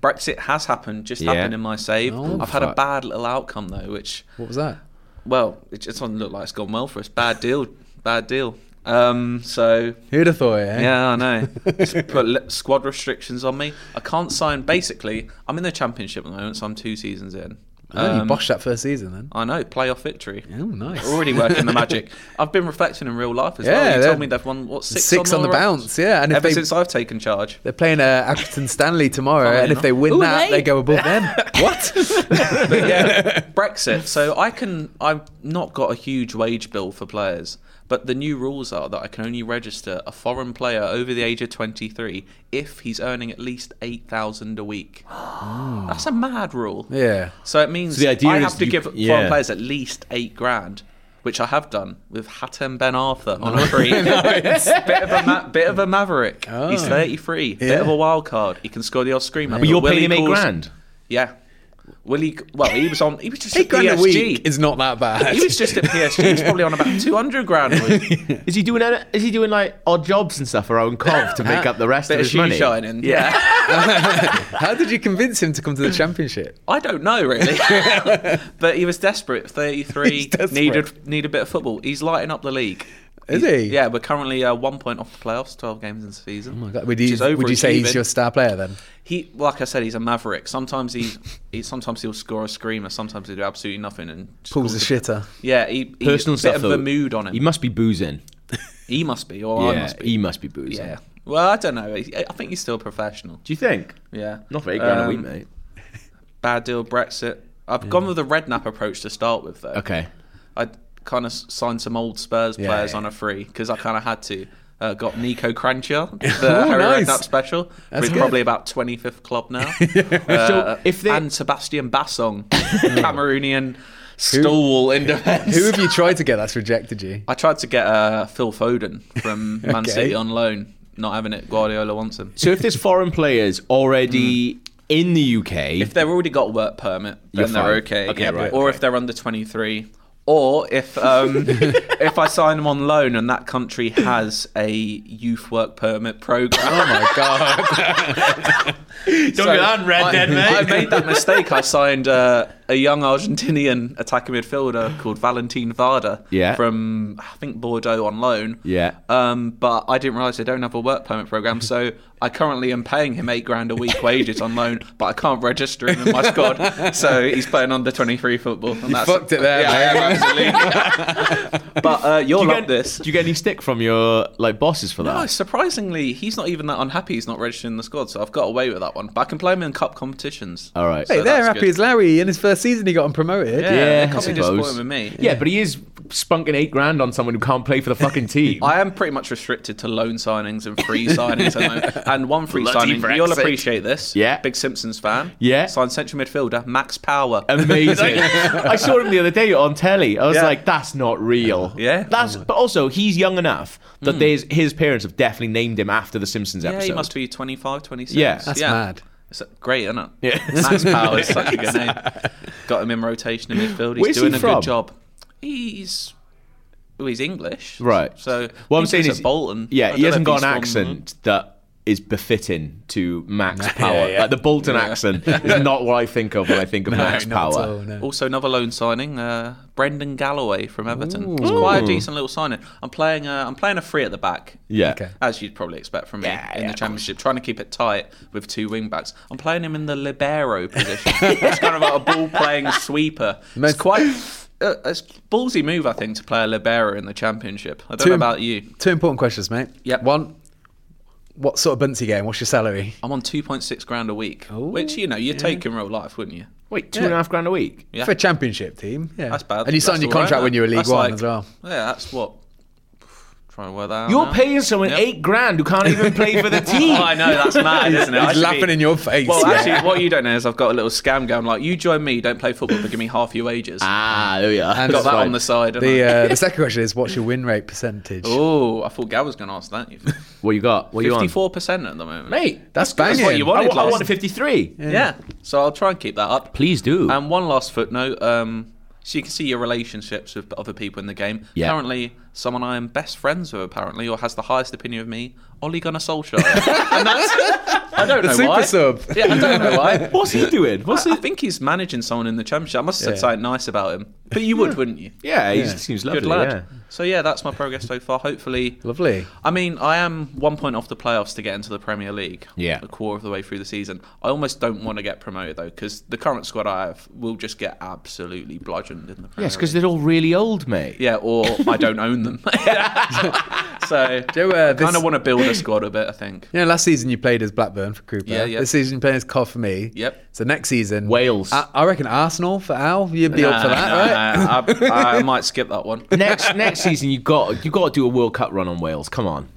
C: Brexit has happened. Just
A: Yeah.
C: happened in my save. I've had a
A: fuck.
C: bad little outcome though, which
B: What was that?
C: well, it just doesn't look like it's gone well for us. Bad deal. Bad deal. Um, so
B: Who'd have thought? Eh?
C: yeah, I know. It's put li- squad restrictions on me. I can't sign. Basically, I'm in the championship at the moment, so I'm two seasons in.
B: Oh, you
C: Um,
B: boshed that first season then.
C: I know. Playoff victory.
B: Oh, nice.
C: Already working the magic. I've been reflecting in real life as
B: Yeah,
C: well. You
B: they're-
C: told me they've won what six,
B: Six on the
C: round?
B: bounce, yeah, and if
C: Ever
B: they-
C: since I've taken charge.
B: They're playing uh, Accrington Stanley tomorrow,
C: Funnily
B: and if they
C: enough.
B: win
C: Who are
B: that,
C: they?
B: they go above them. what?
C: yeah, Brexit. So I can. I've not got a huge wage bill for players, but the new rules are that I can only register a foreign player over the age of 23 if he's earning at least 8,000 a week. That's a mad rule.
B: Yeah.
C: So it means
A: So the idea
C: I
A: is
C: have to
A: you-
C: give
A: yeah.
C: foreign players at least eight grand. Which I have done with Hatem Ben Arthur
A: Oh,
C: on a free. bit, of a ma- bit of a maverick. He's 33. Bit of a wild card. He can score the odd screamer.
A: Oh. but you're
C: Will he
A: paying him eight
C: cause-
A: grand.
C: yeah. Willie, well, he was on. He was just
B: Eight
C: at
B: grand
C: PSG.
B: a week is not that bad.
C: he was just at PSG. He's probably on about two hundred grand. A week.
A: Is he doing? any- Is he doing like odd jobs and stuff around Cov to make up the rest
C: Bit
A: of
C: of
A: his
C: shoe
A: money?
C: shining. Yeah,
B: How did you convince him to come to the championship?
C: I don't know really, but he was desperate. Thirty-three
B: desperate.
C: needed need a bit of football. He's lighting up the league.
B: Is he?
C: Yeah, we're currently uh, one point off the playoffs, twelve games in the season. Oh my god,
B: Would you, would you say he's your star player then?
C: He, like I said, he's a maverick. Sometimes he's, he, sometimes he'll score a screamer. Sometimes he'll do absolutely nothing and just
B: Pulls the
C: cause-
B: shitter.
C: Yeah, he, he
A: Personal
C: bit
A: stuff.
C: of
A: though.
C: the mood on him.
A: He
C: He,
A: must be boozing.
C: must be, or I
A: yeah,
C: must be.
A: he must be boozing.
C: Yeah. Well, I don't know. I I think he's still a professional.
A: Do you think?
C: Yeah.
A: Not for eight grand a
C: Um,
A: week, mate.
C: Bad deal Brexit. I've gone with the Redknapp approach to start with, though.
A: Okay.
C: I kind of signed some old Spurs
B: Yeah,
C: players
B: yeah.
C: on a free because I kind of had to. Uh, got Nico Crancher, the Harry
B: nice.
C: Redknapp special. We're
B: good.
C: probably about 25th club now. Uh,
A: if they-
C: and Sebastian Bassong, Cameroonian stalwart in defence.
B: Who have you tried to get that's rejected you?
C: I tried to get uh, Phil Foden from Man
B: Okay.
C: City on loan. not having it. Guardiola wants him.
A: So if there's foreign players already in the UK,
C: Mm. If they've already got a work permit,
A: You're
C: then they're
A: fine.
C: okay.
A: Okay, right,
C: Or
A: okay.
C: if they're under 23, or if um, if I sign them on loan and that country has a youth work permit program. Oh my god!
A: don't get unread,
C: I, I made that mistake. I signed uh, a young Argentinian attacking midfielder called Valentin Varda
A: Yeah.
C: from I think Bordeaux on loan.
A: Yeah.
C: Um, but I didn't realise they don't have a work permit program, so I currently am paying him eight grand a week wages on loan, but I can't register him in my squad, so he's playing under twenty three football. And that's,
B: fucked it there,
C: Yeah, I am, absolutely. but uh, you'll
A: Do you,
C: love
A: get,
C: this.
A: do you get any stick from your like bosses for
C: No,
A: that?
C: surprisingly, he's not even that unhappy. He's not registering in the squad, so I've got away with that one. But I can play him in cup competitions.
A: All right.
B: Hey,
C: So
B: they're
C: that's
B: happy
C: good.
B: as Larry. In his first season, he got him promoted.
A: yeah,
C: Yeah, they
A: I
C: can't be
A: suppose.
C: disappointed with me.
A: Yeah, but he is spunking eight grand on someone who can't play for the fucking team.
C: I am pretty much restricted to loan signings and free signings. at the moment. and one free
A: Bloody
C: signing, you'll
A: Brexit.
C: appreciate this.
A: Yeah.
C: Big Simpsons fan.
A: Yeah.
C: Signed central midfielder, Max Power.
A: Amazing. I saw him the other day on telly. I was
C: Yeah.
A: like, that's not real.
C: Yeah. Hmm.
A: That's but also he's young enough that there's his parents have definitely named him after the Simpsons
C: yeah,
A: episode.
C: he must be 25, 26.
A: Yeah. That's
B: mad.
C: It's great, isn't it?
A: Yeah.
C: Max Power is such a good name. Got him in rotation in midfield. He's
A: Where's he
C: doing a
A: from?
C: good job. He's. well, he's English.
A: Right.
C: So
A: what
C: he
A: I'm saying
C: plays
A: is
C: at Bolton. I
A: Yeah,
C: don't
A: he
C: know
A: hasn't
C: if
A: got
C: he's
A: an
C: from-
A: accent that is befitting to Max Power. Like the Bolton accent is not what I think of when I think of Max
B: Not at
A: Power.
B: all, Oh, no.
C: Also, another loan signing, uh, Brendan Galloway from Everton. It's quite a decent little signing. I'm playing. i I'm playing a free at the back.
A: Yeah.
B: Okay.
C: As you'd probably expect from me
A: Yeah,
C: in
A: yeah,
C: the
A: of
C: championship, trying to keep it tight with two wing backs. I'm playing him in the libero position. it's kind of like a ball playing sweeper.
B: Most-
C: It's quite uh, it's a ballsy move, I think, to play a libero in the championship. I don't know about you.
B: Two important questions, mate.
C: Yep.
B: One, what sort of bunts you getting? What's your salary?
C: I'm on 2.6 grand a week, which you know you'd take in real life, wouldn't you?
A: Wait, two and a half grand a week.
C: Yeah.
B: For a championship team. Yeah.
C: That's bad.
B: And you signed
C: That's
B: your
C: all right,
B: contract when you were League
C: That's
B: One
C: like-
B: as well.
C: Yeah, that's what. Trying to work that out.
A: You're
C: now.
A: paying someone
C: Yep.
A: eight grand who can't even play for the team.
C: Oh, I know that's mad, isn't it? I
B: He's
C: should
B: laughing
C: be-
B: in your face.
C: Well,
B: yeah.
C: actually, what you don't know is I've got a little scam going. Like, you join me, don't play football, but give me half your wages.
A: Ah, there we are.
C: I've got that on the side.
B: the,
C: I?
B: uh, the second question is, what's your win rate percentage?
C: oh, I thought Gav was going to ask that.
A: What you got? What you on?
C: Fifty-four percent at the moment,
A: Mate,
B: That's
C: That's what
B: banging.
C: you
A: I,
C: wanted.
A: wa- I
C: last-
A: want a 53.
C: Yeah. so I'll try and keep that up.
A: Please do.
C: And one last footnote. Um, so you can see your relationships with other people in the game.
A: Yeah.
C: Currently, someone I am best friends with, apparently, or has the highest opinion of me, Ole Gunnar Solskjaer. and that's, I don't know
B: super
C: why.
B: sub.
C: Yeah, I don't know why.
A: What's he doing? What's
C: I
A: he?
C: think he's managing someone in the championship. I must have said
B: Yeah.
C: something nice about him. But you would, wouldn't you?
A: Yeah, he seems lovely.
C: Good lad. So yeah, that's my progress so far. Hopefully,
B: Lovely.
C: I mean, I am one point off the playoffs to get into the Premier League.
A: Yeah.
C: a quarter of the way through the season. I almost don't want to get promoted though, because the current squad I have will just get absolutely bludgeoned in the Premier
A: Yes, because
C: League.
A: they're all really old, mate.
C: yeah, or I don't own them. so
B: Joe, uh, this-
C: kind of want to build a squad a bit. I think.
B: You know, last season you played as Blackburn for Cooper.
C: Yeah, yeah.
B: This season you're playing as Cov for me.
C: Yep.
B: So next season,
A: Wales.
B: I, I reckon Arsenal for Al. You'd be up for that, right?
C: right? I, I might skip that one.
A: next next season, you got you got to do a World Cup run on Wales. Come on,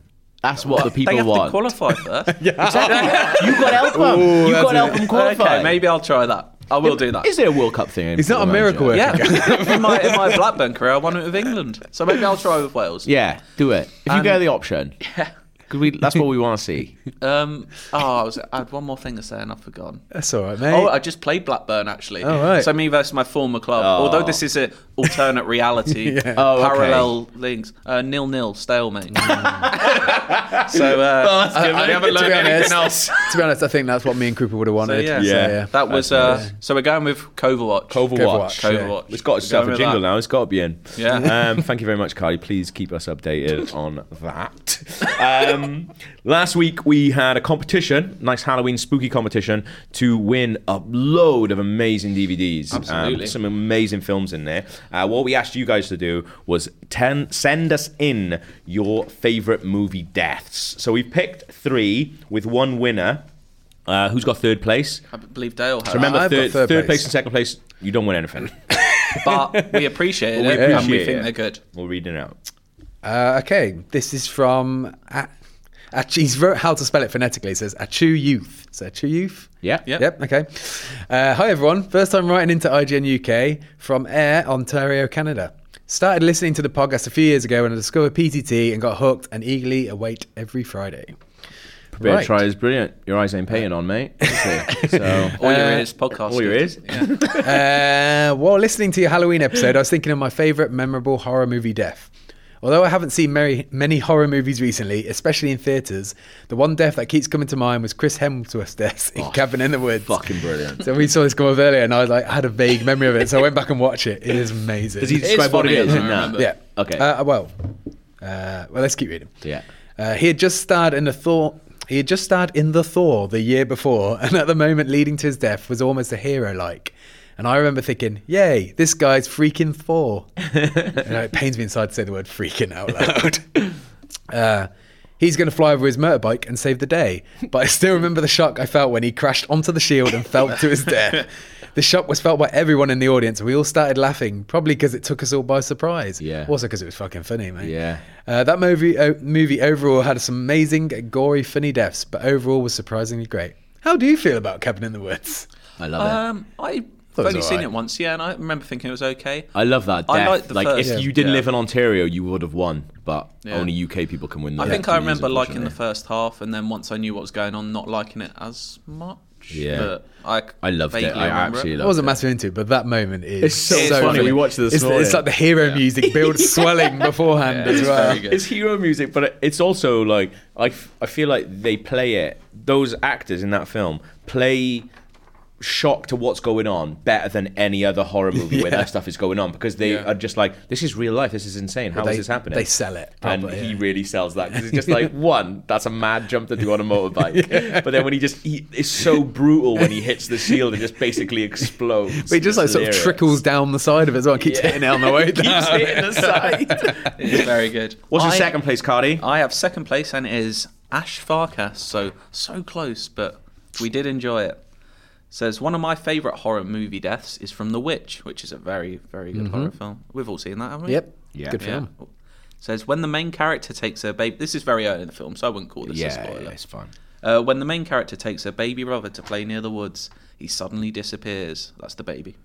A: that's what the people
C: they have to
A: want.
C: qualify first.
A: Exactly. you got to help them. you got to help them qualify.
C: Okay, maybe I'll try that. I will do that.
A: Is there a World Cup thing?
B: He's not a miracle worker.
C: Yeah, in my in my Blackburn career, I won it with England, so maybe I'll try with Wales.
A: Yeah, do it. If you
C: And-
A: get the option, yeah, we, that's what we want to see.
C: Um. Oh, I, was, I had one more thing to say and I've forgotten.
B: That's all right, mate.
C: Oh, I just played Blackburn actually.
B: Oh, right. Oh.
C: So me versus my former club. Although this is an alternate reality,
B: Yeah.
A: Oh, okay.
C: parallel links, uh, nil nil stalemate.
B: Mm.
C: so uh, I, I haven't
B: to,
C: learned
B: be
C: anything
B: honest,
C: else.
B: to be honest, I think that's what me and Cooper would have wanted.
C: yeah.
A: Yeah.
C: That was uh, so we're going with Kovac.
B: Kovac, yeah.
C: Kovac.
A: It's got itself
C: We're
A: a
C: going
A: jingle
C: with that.
A: now. It's got to be in.
C: Yeah.
A: Um, thank you very much, Carly. Please keep us updated on that. Um, last week we had a competition, nice Halloween spooky competition, to win a load of amazing DVDs. Um,
C: Absolutely.
A: some amazing films in there. Uh, what we asked you guys to do was ten, send us in your favorite movie deaths. So we picked three with one winner. Uh, who's got third place?
C: I believe Dale has.
A: So remember,
B: I've got
A: third,
B: third
A: third place
B: place.
A: and second place, you don't win anything.
C: but we appreciate it and we
A: appreciate
C: think
A: it.
C: they're good.
A: We'll read it out.
B: Uh, okay, this is from. Uh, he's wrote how to spell it phonetically. It says Achu Youth. So Achu Youth?
A: Yeah.
C: Yep.
B: Yep. Okay. Uh, hi everyone. First time writing into IGN UK from Air, Ontario, Canada. Started listening to the podcast a few years ago when I discovered PTT and got hooked and eagerly await every Friday.
A: Better
B: Right.
A: try is brilliant. Your eyes ain't paying on, mate. so
C: All your ears podcast.
A: Uh, all your
C: dude.
A: ears.
B: Uh, while listening to your Halloween episode, I was thinking of my favorite memorable horror movie death. Although I haven't seen many, many horror movies recently, especially in theaters, the one death that keeps coming to mind was Chris Hemsworth's death in Cabin in the Woods.
A: Oh, Fucking brilliant.
B: So we saw this come up earlier, and I was like, I had a vague memory of it. So I went back and watched it. It is amazing.
A: Does he
C: is
A: describe what it
C: funny,
A: is
C: I
A: in that?
C: remember.
B: Yeah.
A: Okay.
B: Uh, well, uh, well, let's keep reading.
A: Yeah.
B: Uh, he had just starred in the Thor. He had just starred in the Thor the year before, and at the moment leading to his death was almost a hero-like. And I remember thinking, "Yay, this guy's freaking Thor." You know, it pains me inside to say the word "freaking" out loud. Uh, he's going to fly over his motorbike and save the day. But I still remember the shock I felt when he crashed onto the shield and fell to his death. The shock was felt by everyone in the audience. We all started laughing, probably because it took us all by surprise.
A: Yeah.
B: Also because it was fucking funny, mate.
A: Yeah.
B: Uh, that movie o movie overall had some amazing, gory, funny deaths, but overall was surprisingly great. How do you feel about Cabin in the Woods?
A: I love it.
C: Um, I've
B: was
C: only seen
B: alright.
C: it once, yeah, and I remember thinking it was okay.
A: I love that. Death.
C: I
A: like
C: like the first-
A: if
C: Yeah.
A: you didn't
C: Yeah.
A: live in Ontario, you would have won. But
C: Yeah.
A: only UK people can win.
C: I
A: those
C: think I
A: movies,
C: remember liking the
A: unfortunately.
C: first half, and then once I knew what was going on, not liking it as much.
A: Yeah.
C: but I
A: I loved it.
C: vaguely
A: I
C: remember
A: absolutely
B: I
A: loved
B: wasn't
A: it.
B: massive into it, but that moment is
A: It's so funny. We watched it this
B: it's,
A: morning.
B: it's like the hero music builds swelling beforehand as well.
C: very good.
A: Uh, It's hero music, but it's also like I, f- I feel like they play it. Those actors in that film play shock to what's going on better than any other horror movie where that stuff is going on because they are just like, this is real life. This is insane. How is
B: they-
A: this happening?
B: they sell it
A: and
B: proper,
A: he
B: yeah.
A: really sells that because it's just like one, that's a mad jump to do on a motorbike. But then when he just, he, it's so brutal when he hits the shield and just basically explodes.
B: But it just like
A: It's
B: sort of
A: hilarious.
B: trickles down the side of it as well. and Keeps hitting it on the way down.
A: Keeps hitting the side.
C: It's very good.
A: What's your
C: I-
A: second place, Cardi?
C: I have second place, and it is Ash Farkas. So so close, but we did enjoy it. Says one of my favourite horror movie deaths is from The Witch, which is a very very
A: Mm-hmm.
C: good horror film. We've all seen that, haven't we?
B: Yep. Good
C: Yeah.
B: film.
C: Says when the main character takes her baby. This is very early in the film, so I wouldn't call this a spoiler.
A: fine.
C: Uh, when the main character takes her baby brother to play near the woods, he suddenly disappears. That's the baby.